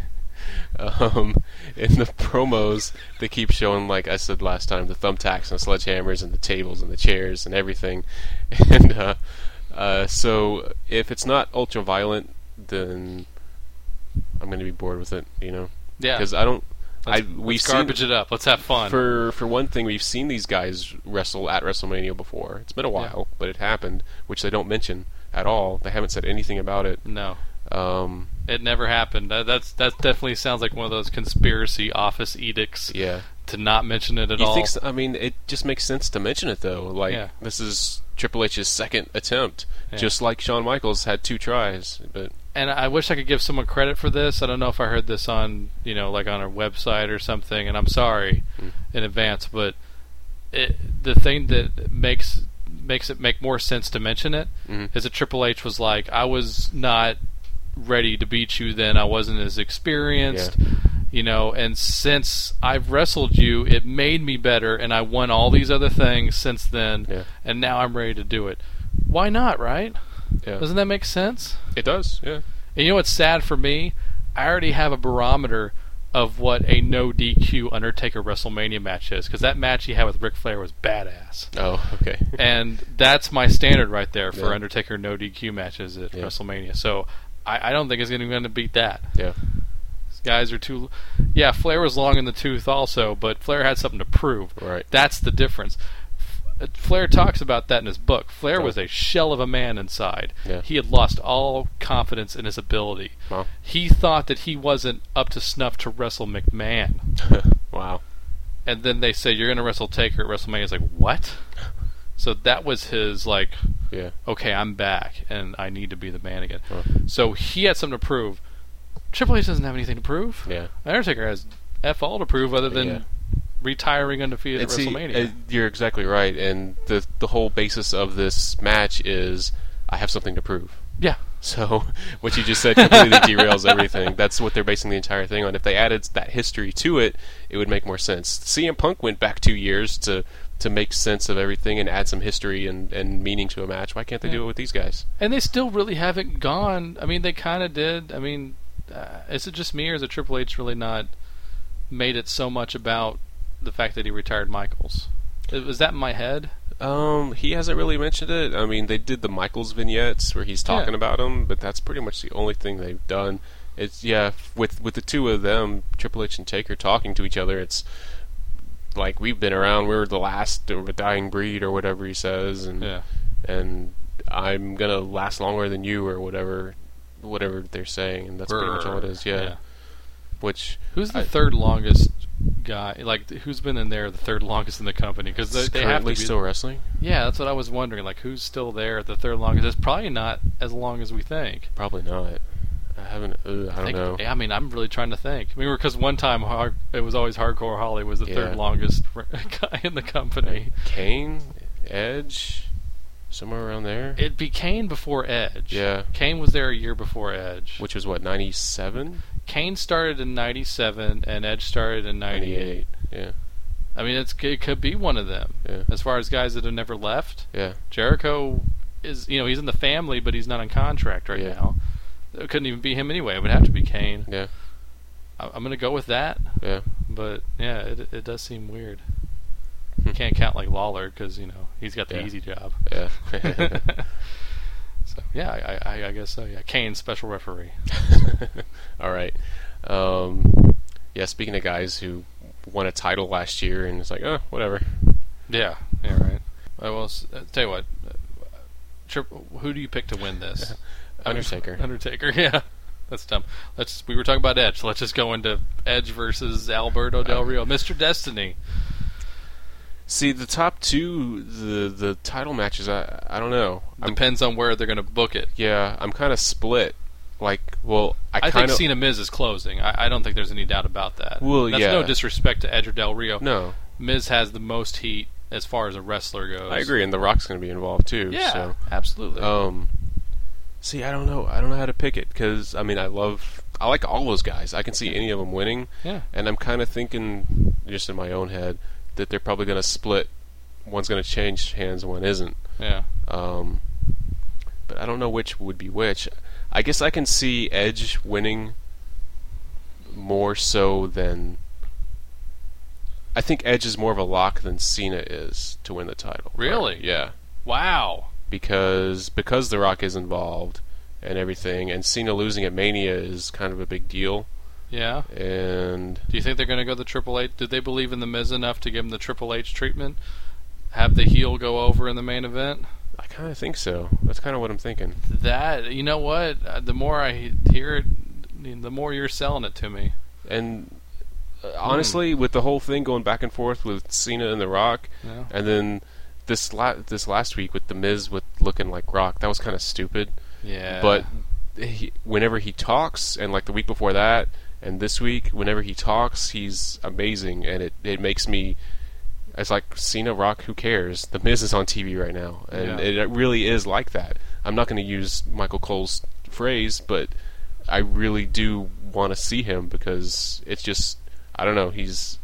[SPEAKER 3] Um, in the promos, they keep showing, like I said last time, the thumbtacks and the sledgehammers and the tables and the chairs and everything. And uh, uh, so, if it's not ultra violent, then I'm going to be bored with it, you know?
[SPEAKER 2] Yeah,
[SPEAKER 3] Because I don't. I
[SPEAKER 2] Let's-
[SPEAKER 3] uh, we've
[SPEAKER 2] let's
[SPEAKER 3] seen-
[SPEAKER 2] garbage it up. Let's have fun.
[SPEAKER 3] For for one thing, we've seen these guys wrestle at WrestleMania before. It's been a while, but it happened, which they don't mention at all. They haven't said anything about it.
[SPEAKER 2] no,
[SPEAKER 3] Um,
[SPEAKER 2] it never happened. That, that's that definitely sounds like one of those conspiracy office edicts
[SPEAKER 3] yeah.
[SPEAKER 2] to not mention it at
[SPEAKER 3] you
[SPEAKER 2] all.
[SPEAKER 3] think? So? I mean, it just makes sense to mention it though. Like
[SPEAKER 2] Yeah.
[SPEAKER 3] this is Triple H's second attempt,
[SPEAKER 2] Yeah.
[SPEAKER 3] just like Shawn Michaels had two tries. But
[SPEAKER 2] and I wish I could give someone credit for this. I don't know if I heard this on you know like on a website or something, and I'm sorry
[SPEAKER 3] Mm.
[SPEAKER 2] in advance, but it, the thing that makes makes it make more sense to mention it is
[SPEAKER 3] Mhm.
[SPEAKER 2] that Triple H was like, I was not ready to beat you then. I wasn't as experienced. You know, and since I've wrestled you, it made me better, and I won all these other things since then,
[SPEAKER 3] Yeah.
[SPEAKER 2] and now I'm ready to do it. Why not, right?
[SPEAKER 3] yeah,
[SPEAKER 2] Doesn't that make sense?
[SPEAKER 3] it does. Yeah,
[SPEAKER 2] And you know what's sad for me? I already have a barometer of what a no DQ Undertaker WrestleMania match is because that match he had with Ric Flair was badass.
[SPEAKER 3] Oh, okay.
[SPEAKER 2] And that's my standard right there for
[SPEAKER 3] Yeah.
[SPEAKER 2] Undertaker no DQ matches at
[SPEAKER 3] Yeah.
[SPEAKER 2] WrestleMania. So I, I don't think it's going to beat that.
[SPEAKER 3] yeah,
[SPEAKER 2] These guys are too. Yeah, Flair was long in the tooth also, but Flair had something to prove.
[SPEAKER 3] Right.
[SPEAKER 2] That's the difference. F- Flair talks about that in his book. Flair
[SPEAKER 3] Oh.
[SPEAKER 2] was a shell of a man inside.
[SPEAKER 3] Yeah.
[SPEAKER 2] He had lost all confidence in his ability.
[SPEAKER 3] Wow.
[SPEAKER 2] He thought that he wasn't up to snuff to wrestle McMahon.
[SPEAKER 3] wow.
[SPEAKER 2] And then they say, You're going to wrestle Taker at WrestleMania. He's like, What? So that was his, like,
[SPEAKER 3] Yeah,
[SPEAKER 2] okay, I'm back and I need to be the man again.
[SPEAKER 3] Huh.
[SPEAKER 2] So he had something to prove. Triple H doesn't have anything to prove.
[SPEAKER 3] yeah.
[SPEAKER 2] Undertaker has f all to prove other than
[SPEAKER 3] Yeah.
[SPEAKER 2] retiring undefeated
[SPEAKER 3] And
[SPEAKER 2] at
[SPEAKER 3] see,
[SPEAKER 2] WrestleMania.
[SPEAKER 3] uh, you're exactly right. And the the whole basis of this match is I have something to prove.
[SPEAKER 2] yeah,
[SPEAKER 3] So what you just said completely derails everything. That's what they're basing the entire thing on. If they added that history to it, it would make more sense. CM Punk went back two years to to make sense of everything and add some history and, and meaning to a match. Why can't they do
[SPEAKER 2] Yeah.
[SPEAKER 3] it with these guys?
[SPEAKER 2] And they still really haven't gone. I mean, they kind of did. I mean, uh, is it just me or is it Triple H really not made it so much about the fact that he retired Michaels? It- Was that in my head?
[SPEAKER 3] Um, he hasn't really mentioned it. I mean, they did the Michaels vignettes where he's talking
[SPEAKER 2] Yeah.
[SPEAKER 3] about him, but that's pretty much the only thing they've done. It's yeah, with with the two of them, Triple H and Taker talking to each other, it's like we've been around. We're the last or the dying breed or whatever he says, and and I'm gonna last longer than you or whatever, whatever they're saying, and that's pretty much all it is. Yeah, which
[SPEAKER 2] Who's the
[SPEAKER 3] I-
[SPEAKER 2] third longest guy? Like, th- who's been in there the third longest in the company? Because they,
[SPEAKER 3] is
[SPEAKER 2] they have to
[SPEAKER 3] currently
[SPEAKER 2] be.
[SPEAKER 3] still wrestling.
[SPEAKER 2] yeah, that's what I was wondering. Like, who's still there the third longest? It's probably not as long as we think.
[SPEAKER 3] Probably not. I haven't. Uh, I don't
[SPEAKER 2] think,
[SPEAKER 3] know.
[SPEAKER 2] yeah, I mean, I'm really trying to think. I mean, because one time hard, it was always Hardcore Holly was the
[SPEAKER 3] Yeah.
[SPEAKER 2] third longest r- guy in the company.
[SPEAKER 3] Kane, Edge, somewhere around there.
[SPEAKER 2] It'd be Kane before Edge.
[SPEAKER 3] Yeah.
[SPEAKER 2] Kane was there a year before Edge.
[SPEAKER 3] Which was what ninety seven,
[SPEAKER 2] Kane started in 97 and Edge started in 98.
[SPEAKER 3] ninety eight. Yeah,
[SPEAKER 2] I mean, it's, it could be one of them.
[SPEAKER 3] yeah,
[SPEAKER 2] As far as guys that have never left,
[SPEAKER 3] yeah.
[SPEAKER 2] Jericho is, you know, he's in the family, but he's not on contract right
[SPEAKER 3] Yeah.
[SPEAKER 2] now. It couldn't even be him anyway. It would have to be Kane.
[SPEAKER 3] Yeah.
[SPEAKER 2] I- I'm going to go with that.
[SPEAKER 3] Yeah.
[SPEAKER 2] But yeah, it, it does seem weird.
[SPEAKER 3] Hmm.
[SPEAKER 2] You can't count like Lawler because you know he's got the
[SPEAKER 3] Yeah.
[SPEAKER 2] easy job.
[SPEAKER 3] Yeah.
[SPEAKER 2] so yeah, I, I, I guess so. Yeah, Kane special referee.
[SPEAKER 3] All right. Um, yeah. Speaking of guys who won a title last year, and it's like, oh, whatever.
[SPEAKER 2] Yeah, yeah, right. I will s- uh, tell you what. Uh, trip, who do you pick to win this?
[SPEAKER 3] Undertaker.
[SPEAKER 2] Undertaker. Yeah, that's dumb. Let's. We were talking about Edge. so Let's just go into Edge versus Alberto Del Rio, Mr. Destiny.
[SPEAKER 3] See the top two, the the title matches. I I don't know. I'm,
[SPEAKER 2] Depends on where they're going to book it.
[SPEAKER 3] yeah, I'm kind of split. Like, well, I,
[SPEAKER 2] I, think
[SPEAKER 3] kind of
[SPEAKER 2] Cena Miz is closing. I, I don't think there's any doubt about that.
[SPEAKER 3] Well,
[SPEAKER 2] that's
[SPEAKER 3] yeah.
[SPEAKER 2] no disrespect to Edge or Del Rio.
[SPEAKER 3] no.
[SPEAKER 2] Miz has the most heat as far as a wrestler goes.
[SPEAKER 3] I agree, and The Rock's going to be involved too.
[SPEAKER 2] Yeah,
[SPEAKER 3] So.
[SPEAKER 2] absolutely.
[SPEAKER 3] Um, see, I don't know. I don't know how to pick it because I mean, I love, I like all those guys. I can see any of them winning,
[SPEAKER 2] yeah,
[SPEAKER 3] and I'm kind of thinking, just in my own head, that they're probably going to split. One's going to change hands, one isn't.
[SPEAKER 2] yeah.
[SPEAKER 3] Um, but I don't know which would be which. I guess I can see Edge winning more so than. I think Edge is more of a lock than Cena is to win the title.
[SPEAKER 2] Really?
[SPEAKER 3] Yeah
[SPEAKER 2] Wow.
[SPEAKER 3] because because The Rock is involved and everything, and Cena losing at Mania is kind of a big deal.
[SPEAKER 2] Yeah.
[SPEAKER 3] And
[SPEAKER 2] Do you think they're going to go the Triple H? Did they believe in the Miz enough to give him the Triple H treatment? Have the heel go over in the main event?
[SPEAKER 3] I kind of think so. That's kind of what I'm thinking.
[SPEAKER 2] That you know what? Uh, The more I he- hear it, I mean, the more you're selling it to me.
[SPEAKER 3] And uh, honestly, with the whole thing going back and forth with Cena and The Rock,
[SPEAKER 2] You know?
[SPEAKER 3] and then this la- this last week with The Miz with looking like Rock, that was kind of stupid.
[SPEAKER 2] Yeah.
[SPEAKER 3] But he, whenever he talks, and like the week before that, and this week, whenever he talks, he's amazing, and it, it makes me. It's like Cena, Rock, who cares? The Miz is on TV right now, and
[SPEAKER 2] Yeah.
[SPEAKER 3] it really is like that. I'm not going to use Michael Cole's phrase, but I really do want to see him because it's just I don't know. He's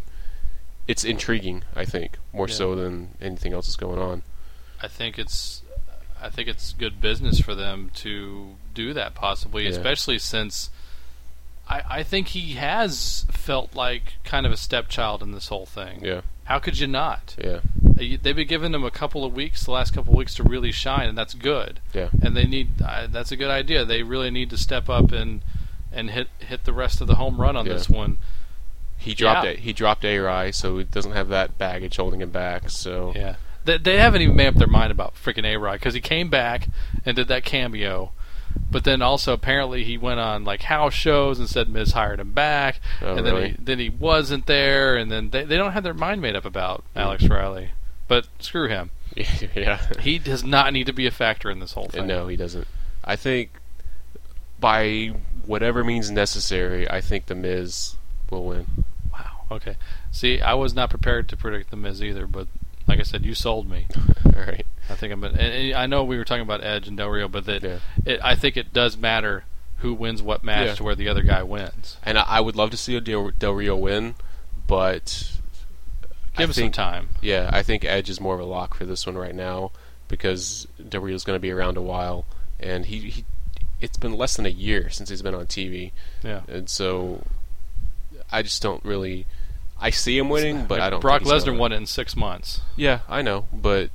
[SPEAKER 3] it's intriguing, I think, more
[SPEAKER 2] Yeah.
[SPEAKER 3] so than anything else that's going on.
[SPEAKER 2] I think it's I think it's good business for them to do that possibly,
[SPEAKER 3] Yeah.
[SPEAKER 2] especially since I, I think he has felt like kind of a stepchild in this whole thing.
[SPEAKER 3] Yeah,
[SPEAKER 2] How could you not?
[SPEAKER 3] yeah,
[SPEAKER 2] They- They've been giving him a couple of weeks, the last couple of weeks, to really shine, and that's good.
[SPEAKER 3] yeah,
[SPEAKER 2] And they need I that's a good idea. They really need to step up and and hit hit the rest of the home run on
[SPEAKER 3] Yeah.
[SPEAKER 2] this one.
[SPEAKER 3] He dropped
[SPEAKER 2] Yeah.
[SPEAKER 3] it. He dropped ARI, so he doesn't have that baggage holding him back. So
[SPEAKER 2] Yeah. They, they haven't even made up their mind about freaking A Rod because he came back and did that cameo. But then also apparently he went on like house shows and said Miz hired him back,
[SPEAKER 3] Oh,
[SPEAKER 2] and
[SPEAKER 3] really?
[SPEAKER 2] then he, then he wasn't there, and then they, they don't have their mind made up about
[SPEAKER 3] Hmm.
[SPEAKER 2] Alex Riley. But screw him,
[SPEAKER 3] yeah,
[SPEAKER 2] he does not need to be a factor in this whole thing.
[SPEAKER 3] And no, he doesn't. I think by whatever means necessary, I think the Miz will win.
[SPEAKER 2] Wow. Okay. See, I was not prepared to predict the Miz either, but like I said, you sold me.
[SPEAKER 3] All right.
[SPEAKER 2] I think I'm. And, and I know we were talking about Edge and Del Rio, but that
[SPEAKER 3] Yeah.
[SPEAKER 2] it, I think it does matter who wins what match
[SPEAKER 3] Yeah.
[SPEAKER 2] to where the other guy wins.
[SPEAKER 3] And I, I would love to see a Del, Del Rio win, but I
[SPEAKER 2] Give us some
[SPEAKER 3] think-
[SPEAKER 2] time.
[SPEAKER 3] Yeah, I think Edge is more of a lock for this one right now because WWE's going to be around a while, and he, he it's been less than a year since he's been on TV,
[SPEAKER 2] Yeah.
[SPEAKER 3] and so I just don't really. I see him winning, but
[SPEAKER 2] Like,
[SPEAKER 3] I don't.
[SPEAKER 2] Brock
[SPEAKER 3] think he's
[SPEAKER 2] Lesnar
[SPEAKER 3] gonna win.
[SPEAKER 2] won it in six months
[SPEAKER 3] Yeah, I know, but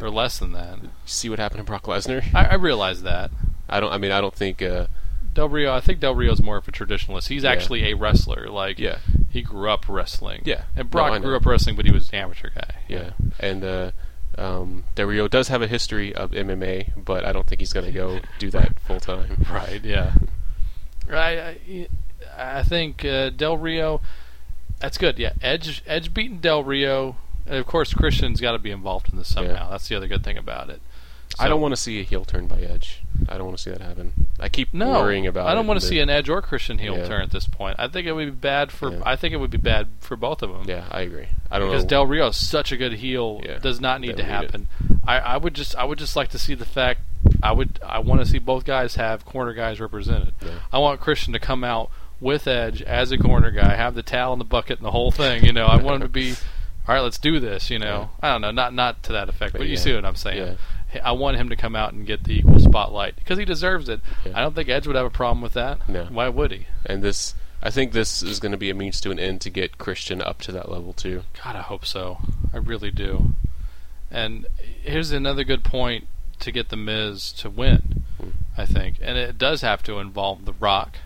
[SPEAKER 2] or less than that.
[SPEAKER 3] see what happened to Brock Lesnar.
[SPEAKER 2] I, I realize that.
[SPEAKER 3] I don't. I mean, I don't think. Uh,
[SPEAKER 2] Del Rio, I think Del Rio's more of a traditionalist. He's
[SPEAKER 3] Yeah.
[SPEAKER 2] actually a wrestler. Like,
[SPEAKER 3] Yeah.
[SPEAKER 2] he grew up wrestling.
[SPEAKER 3] Yeah.
[SPEAKER 2] and
[SPEAKER 3] No, I
[SPEAKER 2] Brock
[SPEAKER 3] know.
[SPEAKER 2] grew up wrestling, but he was an amateur guy.
[SPEAKER 3] yeah, and uh, um, Del Rio does have a history of MMA, but I don't think he's going to go do that full time.
[SPEAKER 2] Right. Yeah. Right. I, I think uh, Del Rio. That's good. Yeah. Edge. Edge beating Del Rio. And of course, Christian's got to be involved in this somehow. That's the other good thing about it.
[SPEAKER 3] I
[SPEAKER 2] So-
[SPEAKER 3] don't want to see a heel turn by Edge. I don't want to see that happen. I keep
[SPEAKER 2] no,
[SPEAKER 3] worrying about.
[SPEAKER 2] I don't
[SPEAKER 3] it,
[SPEAKER 2] want to
[SPEAKER 3] but-
[SPEAKER 2] see an Edge or Christian heel
[SPEAKER 3] Yeah.
[SPEAKER 2] turn at this point. I think it would be bad for.
[SPEAKER 3] Yeah.
[SPEAKER 2] I think it would be bad for both of them.
[SPEAKER 3] Yeah, I agree. I don't
[SPEAKER 2] because
[SPEAKER 3] know.
[SPEAKER 2] Del Rio is such a good heel,
[SPEAKER 3] Yeah,
[SPEAKER 2] does not need
[SPEAKER 3] don't
[SPEAKER 2] to
[SPEAKER 3] need it.
[SPEAKER 2] happen. I, I would just I would just like to see the fact I would I want to see both guys have corner guys represented.
[SPEAKER 3] Yeah.
[SPEAKER 2] I want Christian to come out with Edge as a corner guy, have the towel and the bucket and the whole thing. You know, I want him to be all right. Let's do this. You know, I don't know, not not to that effect, but, you
[SPEAKER 3] yeah.
[SPEAKER 2] see what I'm
[SPEAKER 3] Yeah.
[SPEAKER 2] saying. I want him to come out and get the equal spotlight because he deserves it.
[SPEAKER 3] Yeah.
[SPEAKER 2] I don't think Edge would have a problem with that.
[SPEAKER 3] No.
[SPEAKER 2] Why would he?
[SPEAKER 3] and this, I think this is going to be a means to an end to get Christian up to that level too.
[SPEAKER 2] God, I hope so. I really do. And here's another good point to get the Miz to win, I think. And it does have to involve The Rock.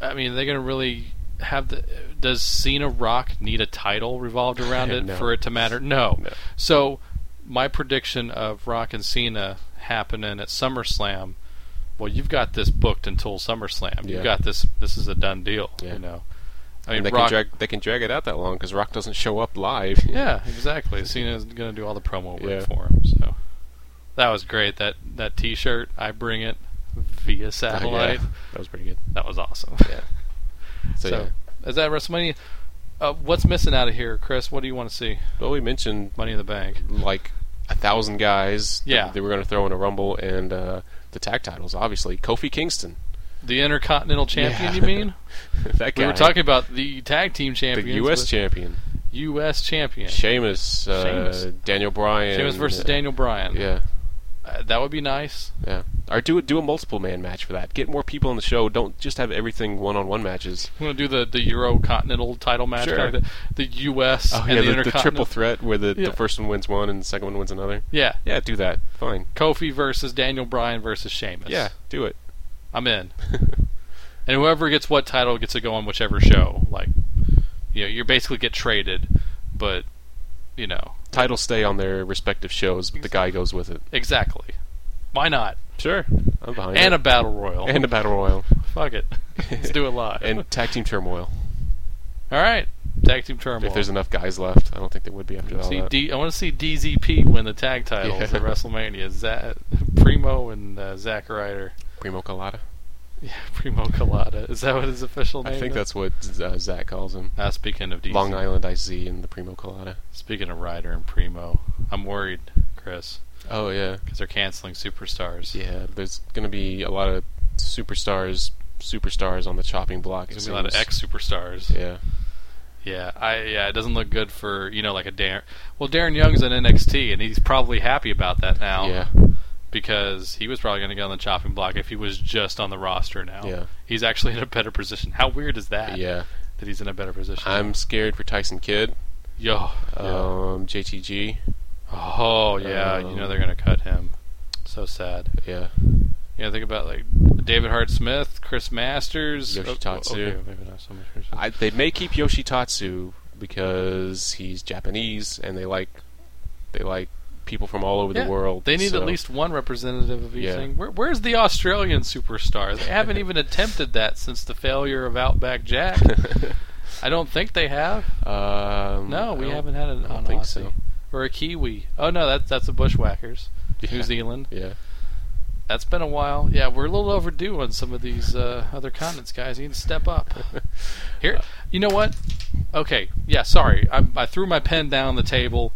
[SPEAKER 2] I mean, they're going to really have the. Does Cena Rock need a title revolved around it
[SPEAKER 3] No.
[SPEAKER 2] for it to matter? No.
[SPEAKER 3] No.
[SPEAKER 2] So, my prediction of Rock and Cena happening at SummerSlam. Well, you've got this booked until SummerSlam.
[SPEAKER 3] Yeah.
[SPEAKER 2] You've got this. This is a done deal.
[SPEAKER 3] Yeah.
[SPEAKER 2] You know, I
[SPEAKER 3] And they
[SPEAKER 2] Rock-
[SPEAKER 3] can drag they can drag it out that long because Rock doesn't show up live.
[SPEAKER 2] yeah, exactly. Cena's gonna do all the promo work
[SPEAKER 3] Yeah.
[SPEAKER 2] for him. So that was great. That that T-shirt, I bring it via
[SPEAKER 3] Oh, Yeah,
[SPEAKER 2] satellite.
[SPEAKER 3] that was pretty good.
[SPEAKER 2] That was awesome.
[SPEAKER 3] Yeah.
[SPEAKER 2] So,
[SPEAKER 3] So, yeah.
[SPEAKER 2] is that WrestleMania? Uh, what's missing out of here, Chris? What do you want to see?
[SPEAKER 3] Well, we mentioned
[SPEAKER 2] Money in the Bank.
[SPEAKER 3] like a thousand guys. that-
[SPEAKER 2] Yeah.
[SPEAKER 3] That, we're going to throw in a rumble and uh, the tag titles. Obviously, Kofi Kingston.
[SPEAKER 2] The Intercontinental Champion,
[SPEAKER 3] Yeah.
[SPEAKER 2] you mean?
[SPEAKER 3] that guy.
[SPEAKER 2] We were talking about the tag team
[SPEAKER 3] the
[SPEAKER 2] champions.
[SPEAKER 3] U.S.
[SPEAKER 2] but-
[SPEAKER 3] champion.
[SPEAKER 2] U.S. champion.
[SPEAKER 3] Sheamus, uh,
[SPEAKER 2] Sheamus.
[SPEAKER 3] Daniel Bryan.
[SPEAKER 2] Sheamus versus
[SPEAKER 3] uh,
[SPEAKER 2] Daniel Bryan.
[SPEAKER 3] Yeah,
[SPEAKER 2] Uh, that would be nice.
[SPEAKER 3] yeah. Or do a, do a multiple man match for that. Get more people on the show. Don't just have everything one on one matches.
[SPEAKER 2] I'm gonna do the the Euro Continental title match.
[SPEAKER 3] Sure. Oh,
[SPEAKER 2] kind of the, the U.S. Oh, and the,
[SPEAKER 3] the, the
[SPEAKER 2] Intercontinental.
[SPEAKER 3] triple threat where the,
[SPEAKER 2] Yeah.
[SPEAKER 3] the first one wins one and the second one wins another.
[SPEAKER 2] Yeah.
[SPEAKER 3] Yeah, do that. Fine.
[SPEAKER 2] Kofi versus Daniel Bryan versus Sheamus.
[SPEAKER 3] Yeah, do it.
[SPEAKER 2] I'm in. and whoever gets what title gets to go on whichever show. Like, you know, you basically get traded, but you know,
[SPEAKER 3] Titles stay on their respective shows, but the guy goes with it.
[SPEAKER 2] exactly. Why not?
[SPEAKER 3] Sure, I'm behind
[SPEAKER 2] And a
[SPEAKER 3] it.
[SPEAKER 2] battle royal.
[SPEAKER 3] and a battle royal
[SPEAKER 2] fuck it, let's do it live.
[SPEAKER 3] and tag team turmoil.
[SPEAKER 2] all right, tag team turmoil.
[SPEAKER 3] If there's enough guys left, I don't think there would be after all
[SPEAKER 2] see
[SPEAKER 3] that.
[SPEAKER 2] D, I want to see DZP win the tag titles
[SPEAKER 3] Yeah.
[SPEAKER 2] at WrestleMania. Za Primo and uh, Zack Ryder.
[SPEAKER 3] Primo Colada.
[SPEAKER 2] Yeah, Primo Colada. Is that what his official name?
[SPEAKER 3] I think
[SPEAKER 2] is?
[SPEAKER 3] that's what uh, Zach calls him.
[SPEAKER 2] Ah, speaking of DZP.
[SPEAKER 3] Long Island IZ and the Primo Colada.
[SPEAKER 2] Speaking of Ryder and Primo, I'm worried, Chris,
[SPEAKER 3] Oh yeah,
[SPEAKER 2] because they're canceling superstars.
[SPEAKER 3] yeah. There's gonna be a lot of superstars, superstars on the chopping block. it
[SPEAKER 2] There's gonna be a lot of
[SPEAKER 3] seems.
[SPEAKER 2] ex superstars.
[SPEAKER 3] Yeah,
[SPEAKER 2] Yeah, I yeah, it doesn't look good for you know like a Darren. Well, Darren Young's in NXT, and he's probably happy about that now.
[SPEAKER 3] yeah,
[SPEAKER 2] because he was probably gonna get on the chopping block if he was just on the roster now.
[SPEAKER 3] Yeah.
[SPEAKER 2] he's actually in a better position. How weird is that?
[SPEAKER 3] yeah.
[SPEAKER 2] that he's in a better position.
[SPEAKER 3] I'm scared for Tyson Kidd,
[SPEAKER 2] Yo,
[SPEAKER 3] um, JTG.
[SPEAKER 2] oh yeah, you know
[SPEAKER 3] Um,
[SPEAKER 2] they're gonna cut him. So sad.
[SPEAKER 3] Yeah,
[SPEAKER 2] Yeah, think about like David Hart Smith, Chris Masters,
[SPEAKER 3] Yoshitatsu.
[SPEAKER 2] Oh, okay, maybe not so much. Chris Masters.
[SPEAKER 3] I, they may keep Yoshitatsu because he's Japanese and they like they like people from all over
[SPEAKER 2] Yeah,
[SPEAKER 3] the world.
[SPEAKER 2] They need
[SPEAKER 3] so-
[SPEAKER 2] at least one representative of each
[SPEAKER 3] Yeah.
[SPEAKER 2] thing. Where, where's the Australian superstar? They haven't even attempted that since the failure of Outback Jack. I don't think they have.
[SPEAKER 3] um,
[SPEAKER 2] No,
[SPEAKER 3] I
[SPEAKER 2] we
[SPEAKER 3] don't-
[SPEAKER 2] haven't had an,
[SPEAKER 3] I don't
[SPEAKER 2] an
[SPEAKER 3] think
[SPEAKER 2] Aussie.
[SPEAKER 3] so.
[SPEAKER 2] or a Kiwi. Oh no, that's that's the Bushwhackers, New
[SPEAKER 3] Yeah.
[SPEAKER 2] Zealand.
[SPEAKER 3] Yeah,
[SPEAKER 2] That's been a while. Yeah, we're a little overdue on some of these uh, other continents, guys. You need to step up. Here, you know what? Okay, yeah. Sorry, I, I threw my pen down on the table,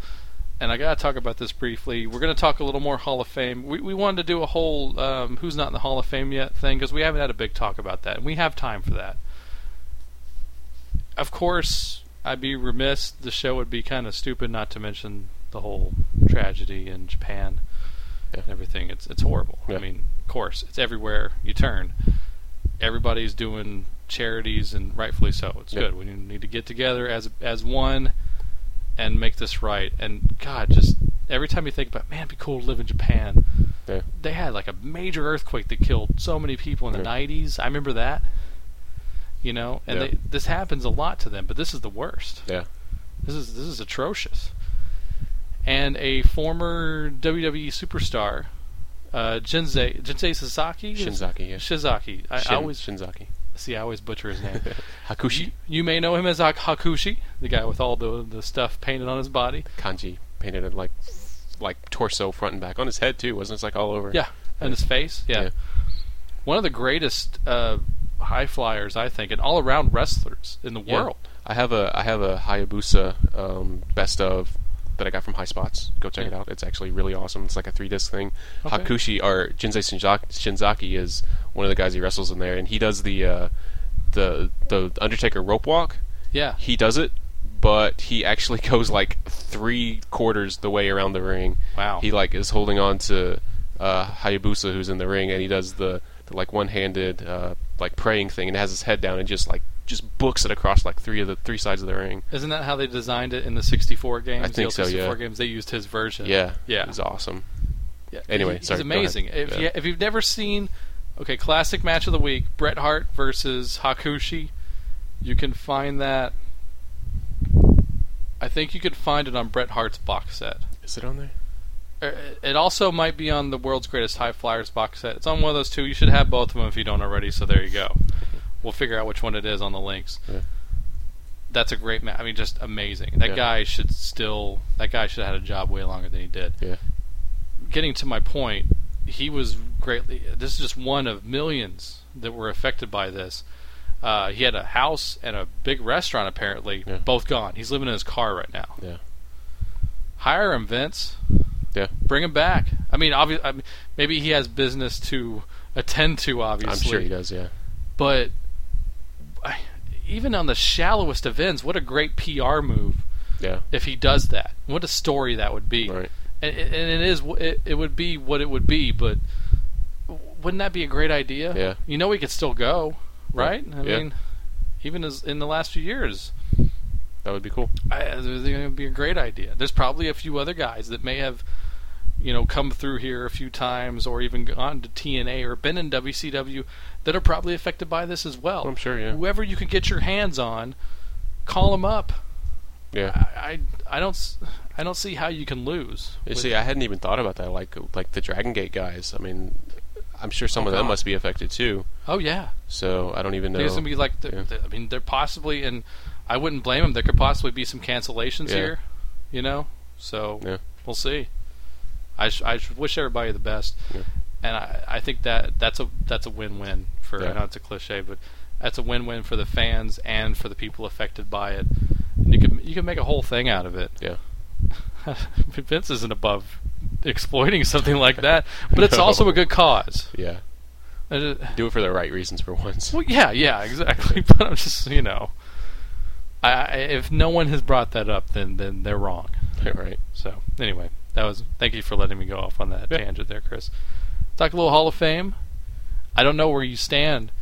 [SPEAKER 2] and I gotta talk about this briefly. We're gonna talk a little more Hall of Fame. We we wanted to do a whole um, who's not in the Hall of Fame yet thing because we haven't had a big talk about that, and we have time for that. Of course, I'd be remiss. The show would be kind of stupid not to mention the whole tragedy in Japan
[SPEAKER 3] Yeah.
[SPEAKER 2] and everything. It's it's horrible.
[SPEAKER 3] Yeah.
[SPEAKER 2] I mean, of course, it's everywhere you turn. Everybody's doing charities, and rightfully so. It's
[SPEAKER 3] Yeah.
[SPEAKER 2] good. We need to get together as as one and make this right. And God, just every time you think about, man, it'd be cool to live in Japan.
[SPEAKER 3] Yeah.
[SPEAKER 2] They had like a major earthquake that killed so many people in the
[SPEAKER 3] Yeah.
[SPEAKER 2] '90s. I remember that. You know, and
[SPEAKER 3] Yeah.
[SPEAKER 2] they, this happens a lot to them, but this is the worst.
[SPEAKER 3] Yeah.
[SPEAKER 2] This is this is atrocious. And a former WWE superstar, uh, Jinsei Jinsei Sasaki, is-
[SPEAKER 3] Shinzaki, yes.
[SPEAKER 2] Shizaki. I, I
[SPEAKER 3] Shin,
[SPEAKER 2] always
[SPEAKER 3] Shinzaki.
[SPEAKER 2] see. I always butcher his name.
[SPEAKER 3] Hakushi.
[SPEAKER 2] you may know him as Hak- Hakushi, the guy with all the the stuff painted on his body.
[SPEAKER 3] Kanji painted it like like torso front and back on his head too, wasn't it? It's like all over.
[SPEAKER 2] Yeah, and his face. Yeah.
[SPEAKER 3] Yeah.
[SPEAKER 2] One of the greatest uh, high flyers, I think, and all around wrestlers in the
[SPEAKER 3] Yeah.
[SPEAKER 2] world.
[SPEAKER 3] I have a I have a Hayabusa um, best of that I got from High Spots. Go check it
[SPEAKER 2] Yeah.
[SPEAKER 3] out. It's actually really awesome. It's like a three disc thing.
[SPEAKER 2] Okay.
[SPEAKER 3] Hakushi or Jinsei Shinzaki, Shinzaki is one of the guys he wrestles in there, and he does the uh, the the Undertaker rope walk.
[SPEAKER 2] Yeah.
[SPEAKER 3] He does it, but he actually goes like three quarters the way around the ring.
[SPEAKER 2] Wow.
[SPEAKER 3] He like is holding on to uh, Hayabusa, who's in the ring, and he does the, the like one-handed uh, like praying thing, and has his head down and just like just books it across like three of the three sides of the ring.
[SPEAKER 2] Isn't that how they designed it in the 64 games?
[SPEAKER 3] I
[SPEAKER 2] the
[SPEAKER 3] think
[SPEAKER 2] old
[SPEAKER 3] so, yeah.
[SPEAKER 2] 64 games, they used his version.
[SPEAKER 3] Yeah,
[SPEAKER 2] Yeah.
[SPEAKER 3] it was awesome.
[SPEAKER 2] Yeah,
[SPEAKER 3] Anyway,
[SPEAKER 2] he's
[SPEAKER 3] sorry, go ahead.
[SPEAKER 2] amazing. If
[SPEAKER 3] Yeah.
[SPEAKER 2] you, if you've never seen, okay, classic match of the week: Bret Hart versus Hakushi. You can find that. I think you could find it on Bret Hart's box set.
[SPEAKER 3] Is it on there?
[SPEAKER 2] Er, It also might be on the world's greatest high flyers box set. It's on one of those two. You should have both of them if you don't already. So there you go. We'll figure out which one it is on the links.
[SPEAKER 3] Yeah.
[SPEAKER 2] That's a great match. I mean, just amazing. That
[SPEAKER 3] Yeah.
[SPEAKER 2] guy should still. That guy should have had a job way longer than he did
[SPEAKER 3] Yeah,
[SPEAKER 2] getting to my point, he was greatly. This is just one of millions that were affected by this. Uh, he had a house and a big restaurant, apparently,
[SPEAKER 3] Yeah.
[SPEAKER 2] both gone. He's living in his car right now.
[SPEAKER 3] yeah,
[SPEAKER 2] Hire him, Vince.
[SPEAKER 3] yeah.
[SPEAKER 2] Bring him back. I mean, obvi- I mean, maybe he has business to attend to. Obviously,
[SPEAKER 3] I'm sure he does. Yeah,
[SPEAKER 2] but I, even on the shallowest of ends, what a great PR move
[SPEAKER 3] yeah,
[SPEAKER 2] if he does that. What a story that would be.
[SPEAKER 3] Right.
[SPEAKER 2] And, and it is. It, it would be what it would be, but wouldn't that be a great idea?
[SPEAKER 3] Yeah.
[SPEAKER 2] You know, we could still go, right? I
[SPEAKER 3] Yeah.
[SPEAKER 2] mean, even as in the last few years,
[SPEAKER 3] that would be cool.
[SPEAKER 2] I, it would be a great idea. There's probably a few other guys that may have, you know, come through here a few times, or even gone to TNA or been in WCW that are probably affected by this as well.
[SPEAKER 3] I'm sure, yeah.
[SPEAKER 2] Whoever you can get your hands on, call them up.
[SPEAKER 3] Yeah.
[SPEAKER 2] I I I don't s- I don't see how you can lose.
[SPEAKER 3] You
[SPEAKER 2] with-
[SPEAKER 3] Uh, see, I hadn't even thought about that. Like, like the Dragon Gate guys. I mean, I'm sure some
[SPEAKER 2] Oh,
[SPEAKER 3] of them
[SPEAKER 2] God.
[SPEAKER 3] must be affected too.
[SPEAKER 2] oh yeah,
[SPEAKER 3] So I don't even know.
[SPEAKER 2] there's gonna be like the,
[SPEAKER 3] Yeah.
[SPEAKER 2] the- I mean, they're possibly and I wouldn't blame them. There could possibly be some cancellations
[SPEAKER 3] Yeah.
[SPEAKER 2] here, you know. So
[SPEAKER 3] Yeah.
[SPEAKER 2] we'll see. I sh- I sh- wish everybody the best,
[SPEAKER 3] Yeah.
[SPEAKER 2] and I I think that that's a that's a win-win for.
[SPEAKER 3] Yeah.
[SPEAKER 2] I know it's a cliche, but that's a win-win for the fans and for the people affected by it. And you can you can make a whole thing out of it.
[SPEAKER 3] yeah.
[SPEAKER 2] Vince isn't above exploiting something like that, but it's
[SPEAKER 3] No.
[SPEAKER 2] also a good cause.
[SPEAKER 3] Yeah.
[SPEAKER 2] Uh,
[SPEAKER 3] Do it for the right reasons for once.
[SPEAKER 2] Well, yeah, yeah, exactly. But I'm just, you know, I, I, if no one has brought that up, then then they're wrong.
[SPEAKER 3] right.
[SPEAKER 2] So anyway, that was. Thank you for letting me go off on that
[SPEAKER 3] Yeah.
[SPEAKER 2] tangent there, Chris. Talk a little Hall of Fame. I don't know where you stand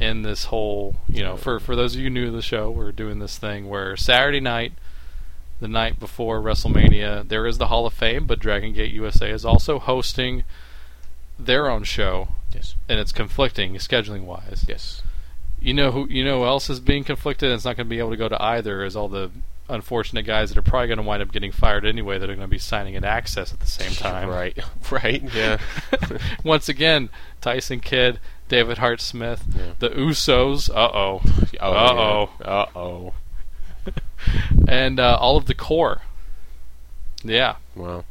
[SPEAKER 2] in this whole. You know, for for those of you new to the show, we're doing this thing where Saturday night, the night before WrestleMania, there is the Hall of Fame, but Dragon Gate USA is also hosting their own show,
[SPEAKER 3] Yes.
[SPEAKER 2] and it's conflicting scheduling wise.
[SPEAKER 3] Yes.
[SPEAKER 2] You know who you know who else is being conflicted and it's not going to be able to go to either is all the unfortunate guys that are probably going to wind up getting fired anyway that are going to be signing at Access at the same time.
[SPEAKER 3] Right. right. Yeah.
[SPEAKER 2] Once again, Tyson Kidd, David Hart Smith,
[SPEAKER 3] Yeah. Oh,
[SPEAKER 2] the Usos, uh-oh. Uh-oh.
[SPEAKER 3] Uh oh.
[SPEAKER 2] And uh, all of the core. Yeah.
[SPEAKER 3] Wow.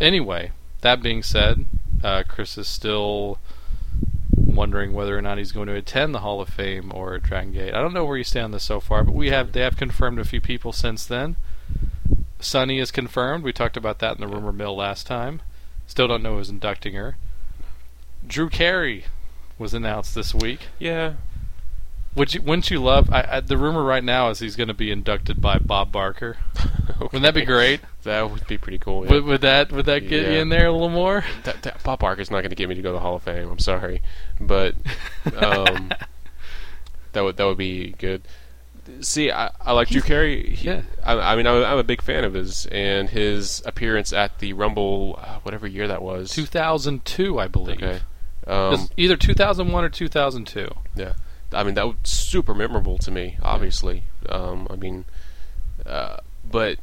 [SPEAKER 2] Anyway, that being said, uh, Chris is still wondering whether or not he's going to attend the Hall of Fame or Dragon Gate. I don't know where you stand on this so far, but we have they have confirmed a few people since then. Sonny is confirmed. We talked about that in the rumor mill last time. Still don't know who's inducting her. Drew Carey was announced this week.
[SPEAKER 3] Yeah.
[SPEAKER 2] Would you? Wouldn't you love? I, I, the rumor right now is he's going to be inducted by Bob Barker. Wouldn't that be
[SPEAKER 3] Okay.
[SPEAKER 2] great?
[SPEAKER 3] That would be pretty cool. yeah.
[SPEAKER 2] Would, would that would that get you
[SPEAKER 3] Yeah.
[SPEAKER 2] in there a little more?
[SPEAKER 3] that, that Bob Barker's not going to get me to go to the Hall of Fame. I'm sorry, but um, that would that would be good. See, I, I like Drew Carey. He-
[SPEAKER 2] Yeah.
[SPEAKER 3] I, I mean, I'm, I'm a big fan of his, and his appearance at the Rumble, uh, whatever year that was.
[SPEAKER 2] 2002, I believe.
[SPEAKER 3] okay. Um,
[SPEAKER 2] It's either 2001 or 2002.
[SPEAKER 3] yeah. I mean, that was super memorable to me. Obviously. Um, I mean, uh, but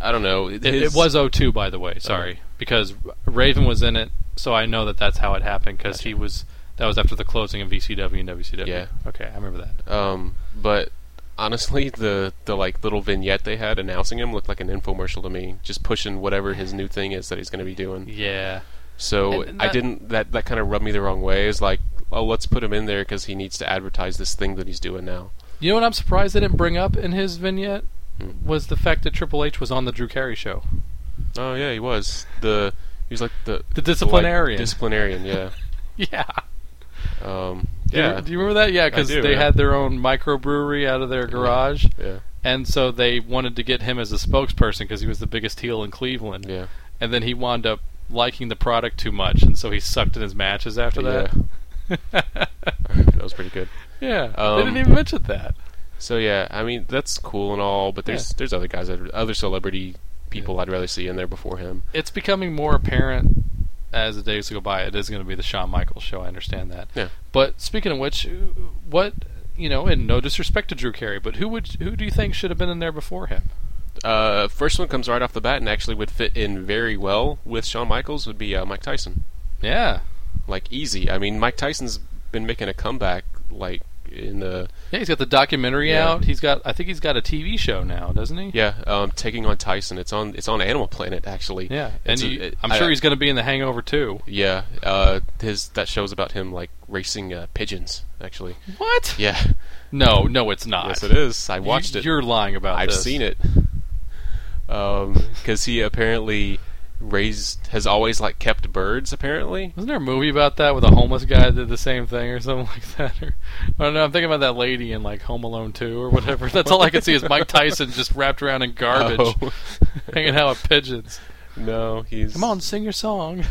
[SPEAKER 3] I don't know.
[SPEAKER 2] It, it was 02, by the way. Sorry, because Raven was in it, so I know that that's how it happened because he was. That was after the closing of VCW and WCW.
[SPEAKER 3] Yeah.
[SPEAKER 2] Okay, I remember that.
[SPEAKER 3] Um, but honestly, the the like little vignette they had announcing him looked like an infomercial to me, just pushing whatever his new thing is that he's going to be doing.
[SPEAKER 2] Yeah.
[SPEAKER 3] So
[SPEAKER 2] And
[SPEAKER 3] I
[SPEAKER 2] that-
[SPEAKER 3] didn't that that kind of rubbed me the wrong way. Is like, oh, let's put him in there because he needs to advertise this thing that he's doing now.
[SPEAKER 2] You know what I'm surprised they didn't bring up in his vignette
[SPEAKER 3] Hmm.
[SPEAKER 2] was the fact that Triple H was on the Drew Carey show.
[SPEAKER 3] Oh yeah, he was the he was like the
[SPEAKER 2] The disciplinarian.
[SPEAKER 3] like, disciplinarian, yeah.
[SPEAKER 2] yeah.
[SPEAKER 3] Um,
[SPEAKER 2] Do you-
[SPEAKER 3] yeah,
[SPEAKER 2] Do you remember that? Yeah,
[SPEAKER 3] I
[SPEAKER 2] because
[SPEAKER 3] do,
[SPEAKER 2] they
[SPEAKER 3] yeah.
[SPEAKER 2] had their own microbrewery out of their garage,
[SPEAKER 3] yeah,
[SPEAKER 2] and so they wanted to get him as a spokesperson because he was the biggest heel in Cleveland.
[SPEAKER 3] yeah,
[SPEAKER 2] And then he wound up liking the product too much, and so he sucked in his matches after that.
[SPEAKER 3] that was pretty good.
[SPEAKER 2] Yeah,
[SPEAKER 3] Um,
[SPEAKER 2] they didn't even mention that.
[SPEAKER 3] So yeah, I mean that's cool and all, but there's there's other guys, that, other celebrity people I'd rather see in there before him.
[SPEAKER 2] It's becoming more apparent as the days go by. It is going to be the Shawn Michaels show. I understand that.
[SPEAKER 3] Yeah.
[SPEAKER 2] But speaking of which, what you know, and no disrespect to Drew Carey, but who would who do you think should have been in there before him?
[SPEAKER 3] Uh, first one comes right off the bat and actually would fit in very well with Shawn Michaels would be uh, Mike Tyson.
[SPEAKER 2] Yeah,
[SPEAKER 3] Like easy. I mean, Mike Tyson's been making a comeback like in the
[SPEAKER 2] yeah. He's got the documentary
[SPEAKER 3] Yeah.
[SPEAKER 2] out. He's got I think he's got a TV show now, doesn't he?
[SPEAKER 3] yeah um, taking on Tyson. It's on it's on Animal Planet actually.
[SPEAKER 2] Yeah, and
[SPEAKER 3] It's a-
[SPEAKER 2] you,
[SPEAKER 3] it-
[SPEAKER 2] I'm
[SPEAKER 3] I-
[SPEAKER 2] sure he's going to be in The Hangover too.
[SPEAKER 3] yeah. Uh, his that shows about him like racing uh, pigeons actually.
[SPEAKER 2] What?
[SPEAKER 3] Yeah,
[SPEAKER 2] No, no, it's not.
[SPEAKER 3] yes it is. I watched
[SPEAKER 2] you,
[SPEAKER 3] it.
[SPEAKER 2] You're lying about
[SPEAKER 3] I've
[SPEAKER 2] this.
[SPEAKER 3] seen it. Because he apparently raised has always like kept birds apparently.
[SPEAKER 2] Wasn't there a movie about that with a homeless guy that did the same thing or something like that? Or, I don't know. I'm thinking about that lady in like Home Alone 2 or whatever. That's all I can see is Mike Tyson just wrapped around in garbage,
[SPEAKER 3] Oh.
[SPEAKER 2] hanging out with pigeons.
[SPEAKER 3] No, he's
[SPEAKER 2] Come on, sing your song.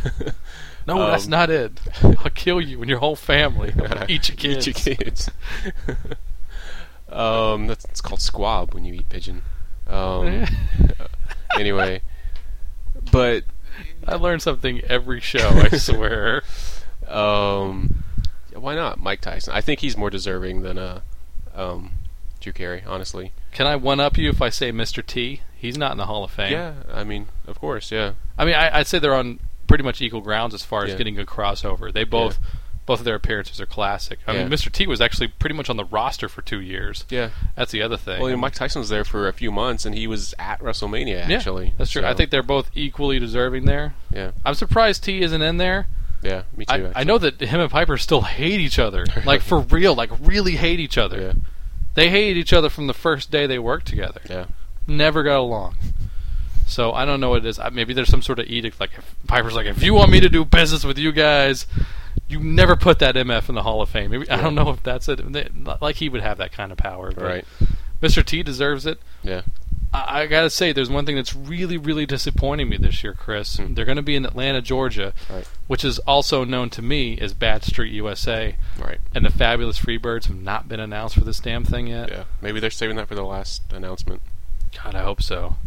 [SPEAKER 2] No,
[SPEAKER 3] Um,
[SPEAKER 2] that's not it. I'll kill you and your whole family. I'm gonna eat your kids.
[SPEAKER 3] Eat your kids. um, that's it's called squab when you eat pigeon. Um, anyway, but
[SPEAKER 2] I learn something every show. I swear.
[SPEAKER 3] um, why not Mike Tyson? I think he's more deserving than uh, um, Drew Carey, honestly.
[SPEAKER 2] Can I one up you if I say Mr. T? He's not in the Hall of Fame.
[SPEAKER 3] Yeah, I mean, of course, yeah,
[SPEAKER 2] I mean, I, I'd say they're on pretty much equal grounds as far as
[SPEAKER 3] Yeah.
[SPEAKER 2] getting a crossover. They both, both of their appearances are classic. I mean,
[SPEAKER 3] Yeah.
[SPEAKER 2] Mr. T was actually pretty much on the roster for two years.
[SPEAKER 3] yeah.
[SPEAKER 2] That's the other thing.
[SPEAKER 3] Well, you know, Mike Tyson was there for a few months, and he was at WrestleMania
[SPEAKER 2] Yeah,
[SPEAKER 3] actually.
[SPEAKER 2] that's true. I
[SPEAKER 3] so,
[SPEAKER 2] think they're both equally deserving there.
[SPEAKER 3] Yeah,
[SPEAKER 2] I'm surprised T isn't in there.
[SPEAKER 3] yeah. Me too.
[SPEAKER 2] I, I
[SPEAKER 3] actually.
[SPEAKER 2] know that him and Piper still hate each other, like for real, like really hate each other.
[SPEAKER 3] Yeah,
[SPEAKER 2] They hated each other from the first day they worked together.
[SPEAKER 3] yeah.
[SPEAKER 2] never got along. So I don't know what it is. Uh, Maybe there's some sort of edict. Like if Piper's like, if you want me to do business with you guys, you never put that MF in the Hall of Fame. Maybe I don't know if that's it. They- Like he would have that kind of power. But
[SPEAKER 3] Right.
[SPEAKER 2] Mr. T deserves it.
[SPEAKER 3] Yeah.
[SPEAKER 2] I, I gotta say, there's one thing that's really, really disappointing me this year, Chris. They're going to be in Atlanta, Georgia,
[SPEAKER 3] Hmm. Right.
[SPEAKER 2] which is also known to me as Bad Street USA.
[SPEAKER 3] Right.
[SPEAKER 2] And the Fabulous Freebirds have not been announced for this damn thing yet.
[SPEAKER 3] Yeah. Maybe they're saving that for the last announcement.
[SPEAKER 2] God, I hope so.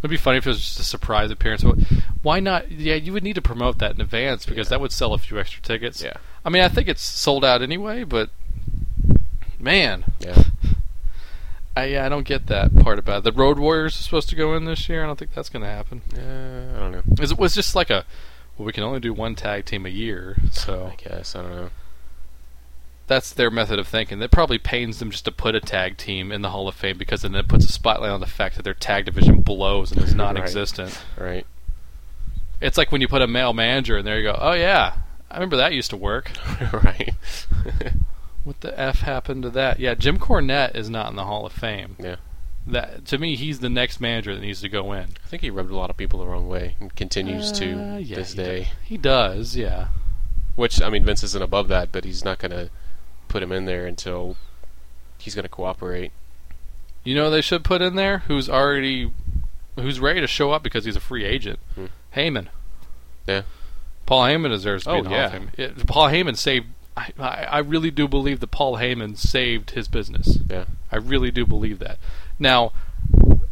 [SPEAKER 2] It'd be funny if it was just a surprise appearance. Wh- Why not? Yeah, you would need to promote that in advance because
[SPEAKER 3] Yeah.
[SPEAKER 2] that would sell a few extra tickets.
[SPEAKER 3] Yeah.
[SPEAKER 2] I mean, I think it's sold out anyway, but man,
[SPEAKER 3] Yeah.
[SPEAKER 2] I yeah, I don't get that part about it. the Road Warriors are supposed to go in this year. I don't think that's going to happen.
[SPEAKER 3] Uh, I don't know.
[SPEAKER 2] 'Cause It was just like a well, we can only do one tag team a year, so
[SPEAKER 3] I guess I don't know.
[SPEAKER 2] that's their method of thinking. That probably pains them just to put a tag team in the Hall of Fame because then it puts a spotlight on the fact that their tag division blows and is
[SPEAKER 3] Right.
[SPEAKER 2] non-existent.
[SPEAKER 3] Right.
[SPEAKER 2] It's like when you put a male manager in there, you go, "Oh yeah, I remember that used to work."
[SPEAKER 3] right.
[SPEAKER 2] What the f happened to that? Yeah, Jim Cornette is not in the Hall of Fame.
[SPEAKER 3] Yeah.
[SPEAKER 2] That to me, he's the next manager that needs to go in.
[SPEAKER 3] I think he rubbed a lot of people the wrong way and continues
[SPEAKER 2] Uh,
[SPEAKER 3] to
[SPEAKER 2] yeah,
[SPEAKER 3] this
[SPEAKER 2] he
[SPEAKER 3] day.
[SPEAKER 2] He does, yeah.
[SPEAKER 3] Which I mean, Vince isn't above that, but he's not gonna put him in there until he's going to cooperate.
[SPEAKER 2] You know who they should put in there who's already who's ready to show up because he's a free agent.
[SPEAKER 3] Hmm.
[SPEAKER 2] Heyman.
[SPEAKER 3] Yeah.
[SPEAKER 2] Paul Heyman deserves to be
[SPEAKER 3] Oh,
[SPEAKER 2] in the Hall of
[SPEAKER 3] yeah.
[SPEAKER 2] Fame. It- Paul Heyman saved. I, I I really do believe that Paul Heyman saved his business.
[SPEAKER 3] Yeah.
[SPEAKER 2] I really do believe that. Now,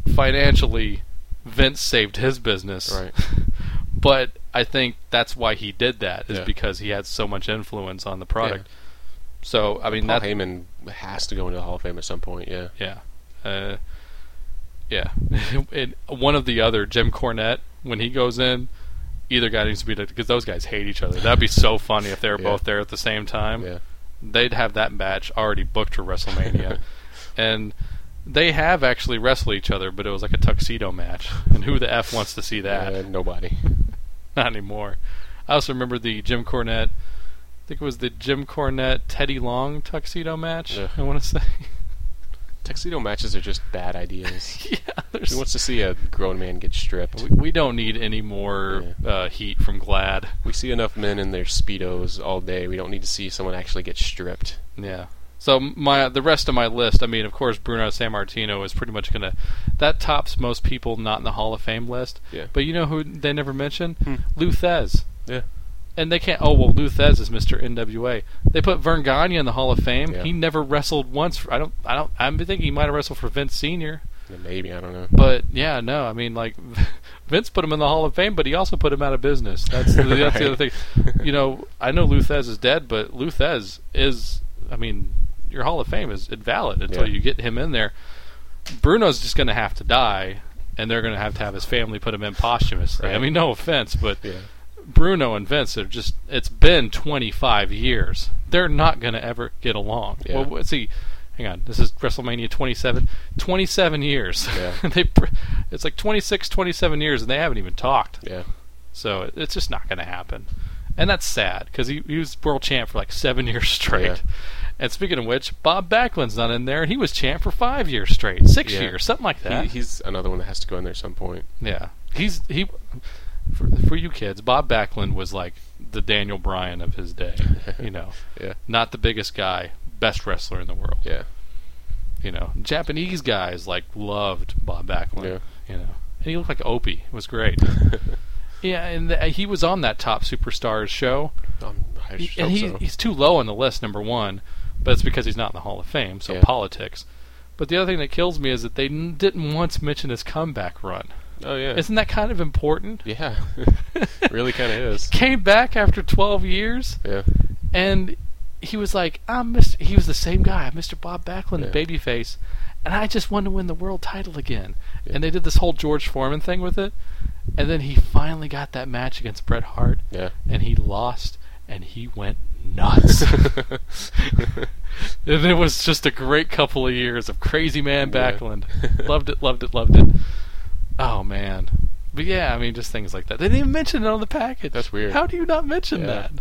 [SPEAKER 2] financially, Vince saved his business.
[SPEAKER 3] Right.
[SPEAKER 2] But I think that's why he did that is
[SPEAKER 3] Yeah.
[SPEAKER 2] because he had so much influence on the product. So I mean
[SPEAKER 3] Paul
[SPEAKER 2] that
[SPEAKER 3] Heyman has to go into the Hall of Fame at some point. Yeah.
[SPEAKER 2] yeah. Uh, yeah. and one of the other, Jim Cornette, when he goes in, either guy needs to be because those guys hate each other. That'd be so funny if they were
[SPEAKER 3] Yeah.
[SPEAKER 2] both there at the same time.
[SPEAKER 3] Yeah.
[SPEAKER 2] They'd have that match already booked for WrestleMania. and they have actually wrestled each other, but it was like a tuxedo match. And who the F wants to see that?
[SPEAKER 3] Uh, nobody.
[SPEAKER 2] Not anymore. I also remember the Jim Cornette. I think it was the Jim Cornette Teddy Long tuxedo match.
[SPEAKER 3] Yeah.
[SPEAKER 2] I want to say,
[SPEAKER 3] Tuxedo matches are just bad ideas.
[SPEAKER 2] yeah.
[SPEAKER 3] Who
[SPEAKER 2] There's
[SPEAKER 3] wants to see a grown man get stripped?
[SPEAKER 2] We, we don't need any more uh, heat from Glad.
[SPEAKER 3] We see enough men in their speedos all day. We don't need to see someone actually get stripped.
[SPEAKER 2] Yeah. So my the rest of my list, I mean, of course, Bruno San Martino is pretty much gonna that tops most people not in the Hall of Fame list.
[SPEAKER 3] Yeah.
[SPEAKER 2] But you know who they never mention?
[SPEAKER 3] Hmm.
[SPEAKER 2] Lou Thez.
[SPEAKER 3] Yeah.
[SPEAKER 2] And they can't. Oh well, Lou Thez is Mr. NWA. They put Vern Gagne in the Hall of Fame.
[SPEAKER 3] Yeah.
[SPEAKER 2] He never wrestled once. For, I don't. I don't. I think he might have wrestled for Vince Senior.
[SPEAKER 3] Maybe I don't know.
[SPEAKER 2] But yeah, no, I mean, like Vince put him in the Hall of Fame, but he also put him out of business. That's the, that's the
[SPEAKER 3] Right.
[SPEAKER 2] other thing. You know, I know Luthez is dead, but Luthez is, I mean, your Hall of Fame is invalid until
[SPEAKER 3] Yeah.
[SPEAKER 2] you get him in there. Bruno's just going to have to die, and they're going to have to have his family put him in posthumously. I
[SPEAKER 3] Right.
[SPEAKER 2] mean, no offense, but
[SPEAKER 3] Yeah.
[SPEAKER 2] Bruno and Vince are just. It's been 25 years. They're not going to ever get along.
[SPEAKER 3] Yeah.
[SPEAKER 2] Well, let's see. Hang on. This is WrestleMania 27. 27 years.
[SPEAKER 3] Yeah.
[SPEAKER 2] they. pr- It's like 26, 27 years, and they haven't even talked.
[SPEAKER 3] Yeah.
[SPEAKER 2] So it- it's just not going to happen. And that's sad because he, he was world champ for like seven years straight.
[SPEAKER 3] Yeah.
[SPEAKER 2] And speaking of which, Bob Backlund's not in there, and he was champ for five years straight, six
[SPEAKER 3] Yeah.
[SPEAKER 2] years, something like that.
[SPEAKER 3] He, he's another one that has to go in there at some point.
[SPEAKER 2] Yeah, he's he for, for you kids. Bob Backlund was like the Daniel Bryan of his day. You know,
[SPEAKER 3] Yeah.
[SPEAKER 2] not the biggest guy, best wrestler in the world.
[SPEAKER 3] Yeah.
[SPEAKER 2] You know, Japanese guys like loved Bob Backlund. You know, and he looked like Opie. It was great. yeah, and th- he was on that top superstars show,
[SPEAKER 3] Um, I
[SPEAKER 2] He-
[SPEAKER 3] just
[SPEAKER 2] and
[SPEAKER 3] hope
[SPEAKER 2] he,
[SPEAKER 3] so.
[SPEAKER 2] he's too low on the list, number one. But it's because he's not in the Hall of Fame, so
[SPEAKER 3] Yeah.
[SPEAKER 2] politics. But the other thing that kills me is that they n- didn't once mention his comeback run.
[SPEAKER 3] oh yeah.
[SPEAKER 2] Isn't that kind of important?
[SPEAKER 3] yeah. really kind of is.
[SPEAKER 2] came back after 12 years
[SPEAKER 3] Yeah.
[SPEAKER 2] and he was like i'm mr he was the same guy mr bob backlund
[SPEAKER 3] Yeah.
[SPEAKER 2] the babyface and i just want to win the world title again
[SPEAKER 3] Yeah.
[SPEAKER 2] and they did this whole george foreman thing with it and then he finally got that match against bret hart
[SPEAKER 3] Yeah.
[SPEAKER 2] and he lost and he went nuts and it was just a great couple of years of crazy man
[SPEAKER 3] Yeah.
[SPEAKER 2] backlund loved it loved it loved it oh man but yeah i mean just things like that they didn't even mention it on the package
[SPEAKER 3] That's weird.
[SPEAKER 2] how do you not mention
[SPEAKER 3] Yeah.
[SPEAKER 2] that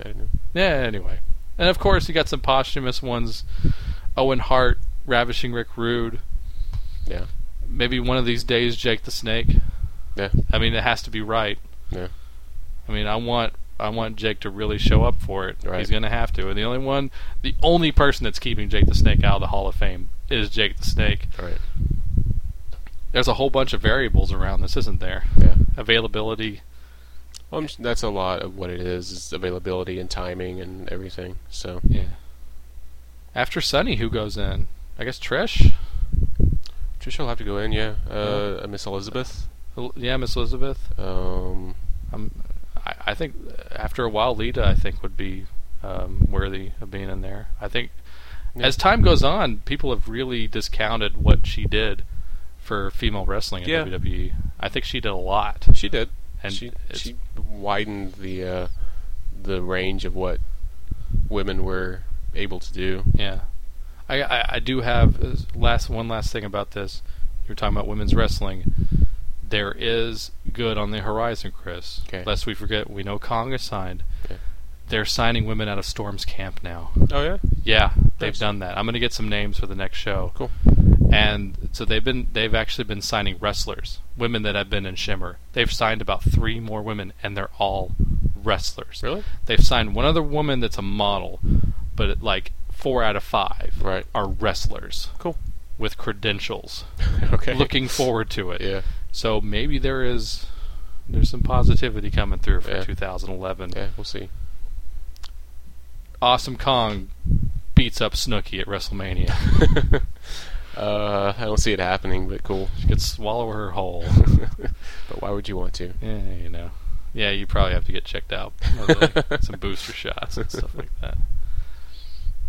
[SPEAKER 3] I don't know.
[SPEAKER 2] yeah, anyway. And of course, you got some posthumous ones Owen Hart, Ravishing Rick Rude.
[SPEAKER 3] Yeah.
[SPEAKER 2] Maybe one of these days, Jake the Snake.
[SPEAKER 3] Yeah.
[SPEAKER 2] I mean, it has to be right.
[SPEAKER 3] Yeah.
[SPEAKER 2] I mean, I want. I want Jake to really show up for it.
[SPEAKER 3] Right.
[SPEAKER 2] He's going to have to. And the only one, the only person that's keeping Jake the Snake out of the Hall of Fame is Jake the Snake.
[SPEAKER 3] All right.
[SPEAKER 2] There's a whole bunch of variables around this, isn't there?
[SPEAKER 3] Yeah.
[SPEAKER 2] Availability.
[SPEAKER 3] Well, I'm s- that's a lot of what it is: is availability and timing and everything. So
[SPEAKER 2] Yeah. After Sonny, who goes in? I guess Trish.
[SPEAKER 3] Trisha will have to go in. Yeah. Uh, Miss Elizabeth.
[SPEAKER 2] El- Yeah, Miss Elizabeth.
[SPEAKER 3] Um,
[SPEAKER 2] Um, I, I think uh, after a while, Lita, I think, would be um, worthy of being in there. I think
[SPEAKER 3] Yeah.
[SPEAKER 2] as time goes on, people have really discounted what she did for female wrestling in
[SPEAKER 3] Yeah.
[SPEAKER 2] WWE. I think she did a lot.
[SPEAKER 3] she did.
[SPEAKER 2] And
[SPEAKER 3] she
[SPEAKER 2] it's-
[SPEAKER 3] she widened the uh, the range of what women were able to do.
[SPEAKER 2] Yeah, I I, I do have uh, last one last thing about this. You're talking about women's wrestling. There is good on the horizon, Chris.
[SPEAKER 3] Okay.
[SPEAKER 2] Lest we forget, we know Kong is signed.
[SPEAKER 3] Okay.
[SPEAKER 2] They're signing women out of Storm's camp now.
[SPEAKER 3] Oh yeah.
[SPEAKER 2] Yeah, they've
[SPEAKER 3] Nice.
[SPEAKER 2] done that. I'm going to get some names for the next show.
[SPEAKER 3] Cool.
[SPEAKER 2] And so they've been they've actually been signing wrestlers, women that have been in Shimmer. They've signed about 3 more women and they're all wrestlers.
[SPEAKER 3] Really?
[SPEAKER 2] They've signed one other woman that's a model, but it, like four out of five
[SPEAKER 3] Right.
[SPEAKER 2] are wrestlers
[SPEAKER 3] Cool.
[SPEAKER 2] with credentials.
[SPEAKER 3] okay.
[SPEAKER 2] Looking forward to it.
[SPEAKER 3] Yeah.
[SPEAKER 2] So maybe there is there's some positivity coming through for
[SPEAKER 3] Yeah.
[SPEAKER 2] 2011.
[SPEAKER 3] Yeah, we'll see.
[SPEAKER 2] Awesome Kong beats up Snooki at WrestleMania.
[SPEAKER 3] Uh, I don't see it happening, but cool.
[SPEAKER 2] She could swallow her whole.
[SPEAKER 3] but why would you want to?
[SPEAKER 2] Yeah, you know. Yeah, you probably have to get checked out. or, like, some booster shots and stuff like that.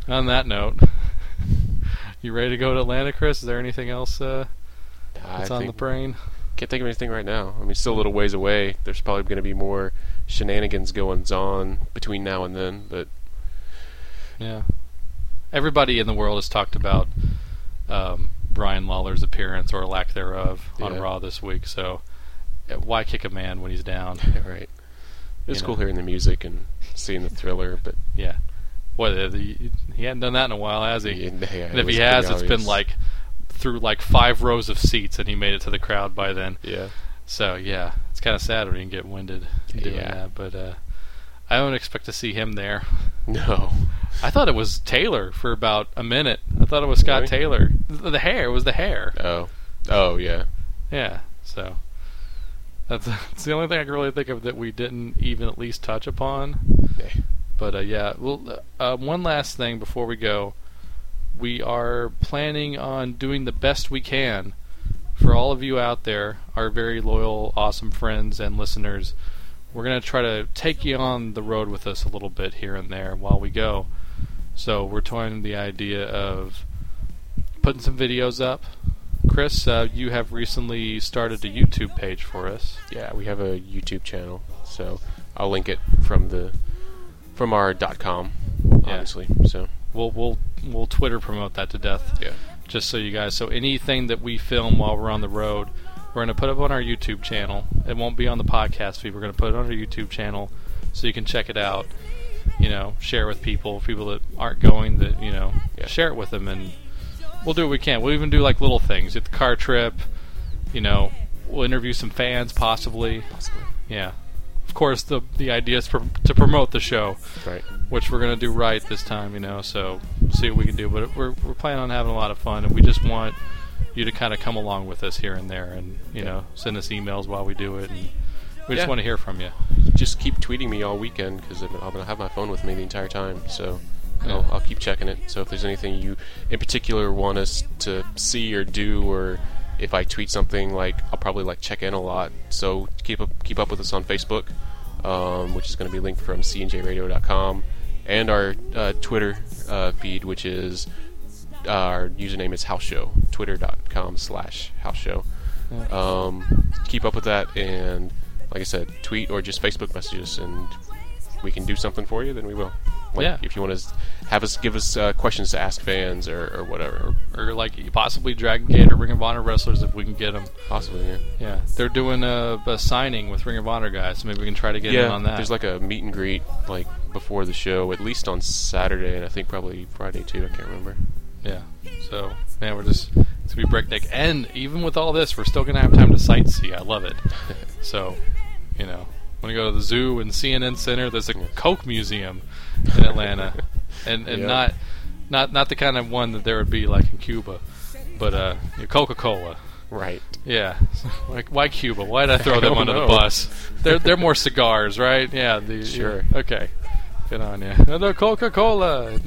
[SPEAKER 2] On that note, you ready to go to Atlanta, Chris? Is there anything else uh,
[SPEAKER 3] I
[SPEAKER 2] that's on the
[SPEAKER 3] think-
[SPEAKER 2] brain?
[SPEAKER 3] can't think of anything right now. I mean, still a little ways away. There's probably going to be more shenanigans going on between now and then, but
[SPEAKER 2] Yeah. Everybody in the world has talked about um, Brian Lawler's appearance or lack thereof on
[SPEAKER 3] Yeah.
[SPEAKER 2] Raw this week. So, uh, why kick a man when he's down?
[SPEAKER 3] all right. It was
[SPEAKER 2] You
[SPEAKER 3] cool
[SPEAKER 2] know.
[SPEAKER 3] hearing the music and seeing the thriller, but
[SPEAKER 2] Yeah. What? He he hadn't done that in a while, has he?
[SPEAKER 3] yeah, yeah,
[SPEAKER 2] And
[SPEAKER 3] it
[SPEAKER 2] if
[SPEAKER 3] was
[SPEAKER 2] he has,
[SPEAKER 3] pretty
[SPEAKER 2] it's been
[SPEAKER 3] obvious.
[SPEAKER 2] like through like five rows of seats, and he made it to the crowd by then.
[SPEAKER 3] yeah,
[SPEAKER 2] So yeah, it's kind of sad when you can get winded doing
[SPEAKER 3] Yeah.
[SPEAKER 2] that. But uh, I don't expect to see him there.
[SPEAKER 3] no,
[SPEAKER 2] I thought it was Taylor for about a minute. I thought it was Scott
[SPEAKER 3] Really?
[SPEAKER 2] Taylor. The, the hair it was the hair.
[SPEAKER 3] oh, oh yeah,
[SPEAKER 2] Yeah. So that's, that's the only thing I can really think of that we didn't even at least touch upon.
[SPEAKER 3] Eh,
[SPEAKER 2] But uh, yeah, well, uh, one last thing before we go, we are planning on doing the best we can for all of you out there, our very loyal, awesome friends and listeners. We're gonna try to take you on the road with us a little bit here and there while we go. So we're toying with the idea of putting some videos up. Chris, uh, you have recently started a YouTube page for us.
[SPEAKER 3] yeah. We have a YouTube channel, so I'll link it from the from our dot com,
[SPEAKER 2] Yeah.
[SPEAKER 3] obviously. So
[SPEAKER 2] We'll we'll we'll Twitter promote that to death.
[SPEAKER 3] yeah,
[SPEAKER 2] just so you guys. So anything that we film while we're on the road, we're going to put up on our YouTube channel. It won't be on the podcast feed. We're going to put it on our YouTube channel so you can check it out. You know, share with people, people that aren't going that, you know,
[SPEAKER 3] Yeah.
[SPEAKER 2] share it with them and we'll do what we can. We'll even do like little things, at the car trip, you know, we'll interview some fans possibly.
[SPEAKER 3] possibly.
[SPEAKER 2] Yeah. Of course, the the idea is pro- to promote the show
[SPEAKER 3] Right.
[SPEAKER 2] which we're gonna do right this time, you know. So see what we can do. But we're we're planning on having a lot of fun, and we just want you to kind of come along with us here and there, and you know, send us emails while we do it, and we just
[SPEAKER 3] Yeah.
[SPEAKER 2] want to hear from you.
[SPEAKER 3] Just keep tweeting me all weekend because I'm gonna have my phone with me the entire time. So I'll,
[SPEAKER 2] Yeah.
[SPEAKER 3] I'll keep checking it. So if there's anything you in particular want us to see or do, or if I tweet something, like I'll probably like check in a lot. So keep up keep up with us on Facebook, um, which is gonna be linked from cnjradio.com, and our uh, Twitter uh, feed, which is uh, our username is house show twitter.com slash house show um, keep up with that and like i said tweet or just facebook messages and we can do something for you then we will like
[SPEAKER 2] Yeah.
[SPEAKER 3] if you want to have us give us uh, questions to ask fans or, or whatever
[SPEAKER 2] Or like possibly Dragon Gate or Ring of Honor wrestlers if we can get them.
[SPEAKER 3] possibly yeah
[SPEAKER 2] Yeah, they're doing a, a signing with Ring of Honor guys, so maybe we can try to get in
[SPEAKER 3] yeah
[SPEAKER 2] on that.
[SPEAKER 3] there's like a meet and greet like before the show at least on saturday and i think probably friday too i can't remember
[SPEAKER 2] Yeah. So man, we're just it's gonna be breakneck, and even with all this, we're still gonna have time to sightsee. I love it. so, you know, when you go to the zoo and CNN Center, there's a Coke museum in Atlanta, and and
[SPEAKER 3] Yeah.
[SPEAKER 2] not not not the kind of one that there would be like in Cuba, but uh, Coca Cola.
[SPEAKER 3] right
[SPEAKER 2] Yeah, like why Cuba? Why did I throw
[SPEAKER 3] I
[SPEAKER 2] them
[SPEAKER 3] don't
[SPEAKER 2] under the
[SPEAKER 3] know.
[SPEAKER 2] bus? They're they're more cigars, right? Yeah. The,
[SPEAKER 3] Sure.
[SPEAKER 2] yeah. Okay. Good on you. Another Coca Cola.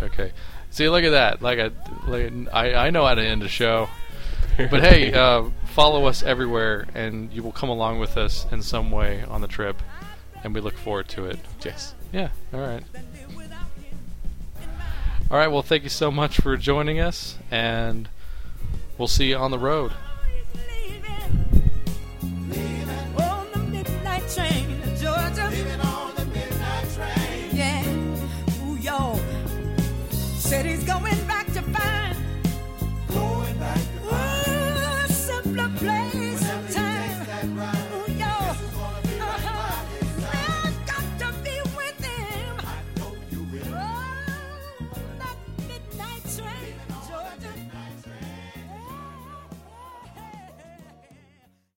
[SPEAKER 2] Okay. See, look at that. Like I, like I, I know how to end a show. But hey, uh, follow us everywhere, and you will come along with us in some way on the trip, and we look forward to it.
[SPEAKER 3] yes
[SPEAKER 2] Yeah. All right. All right. Well, thank you so much for joining us, and we'll see you on the road.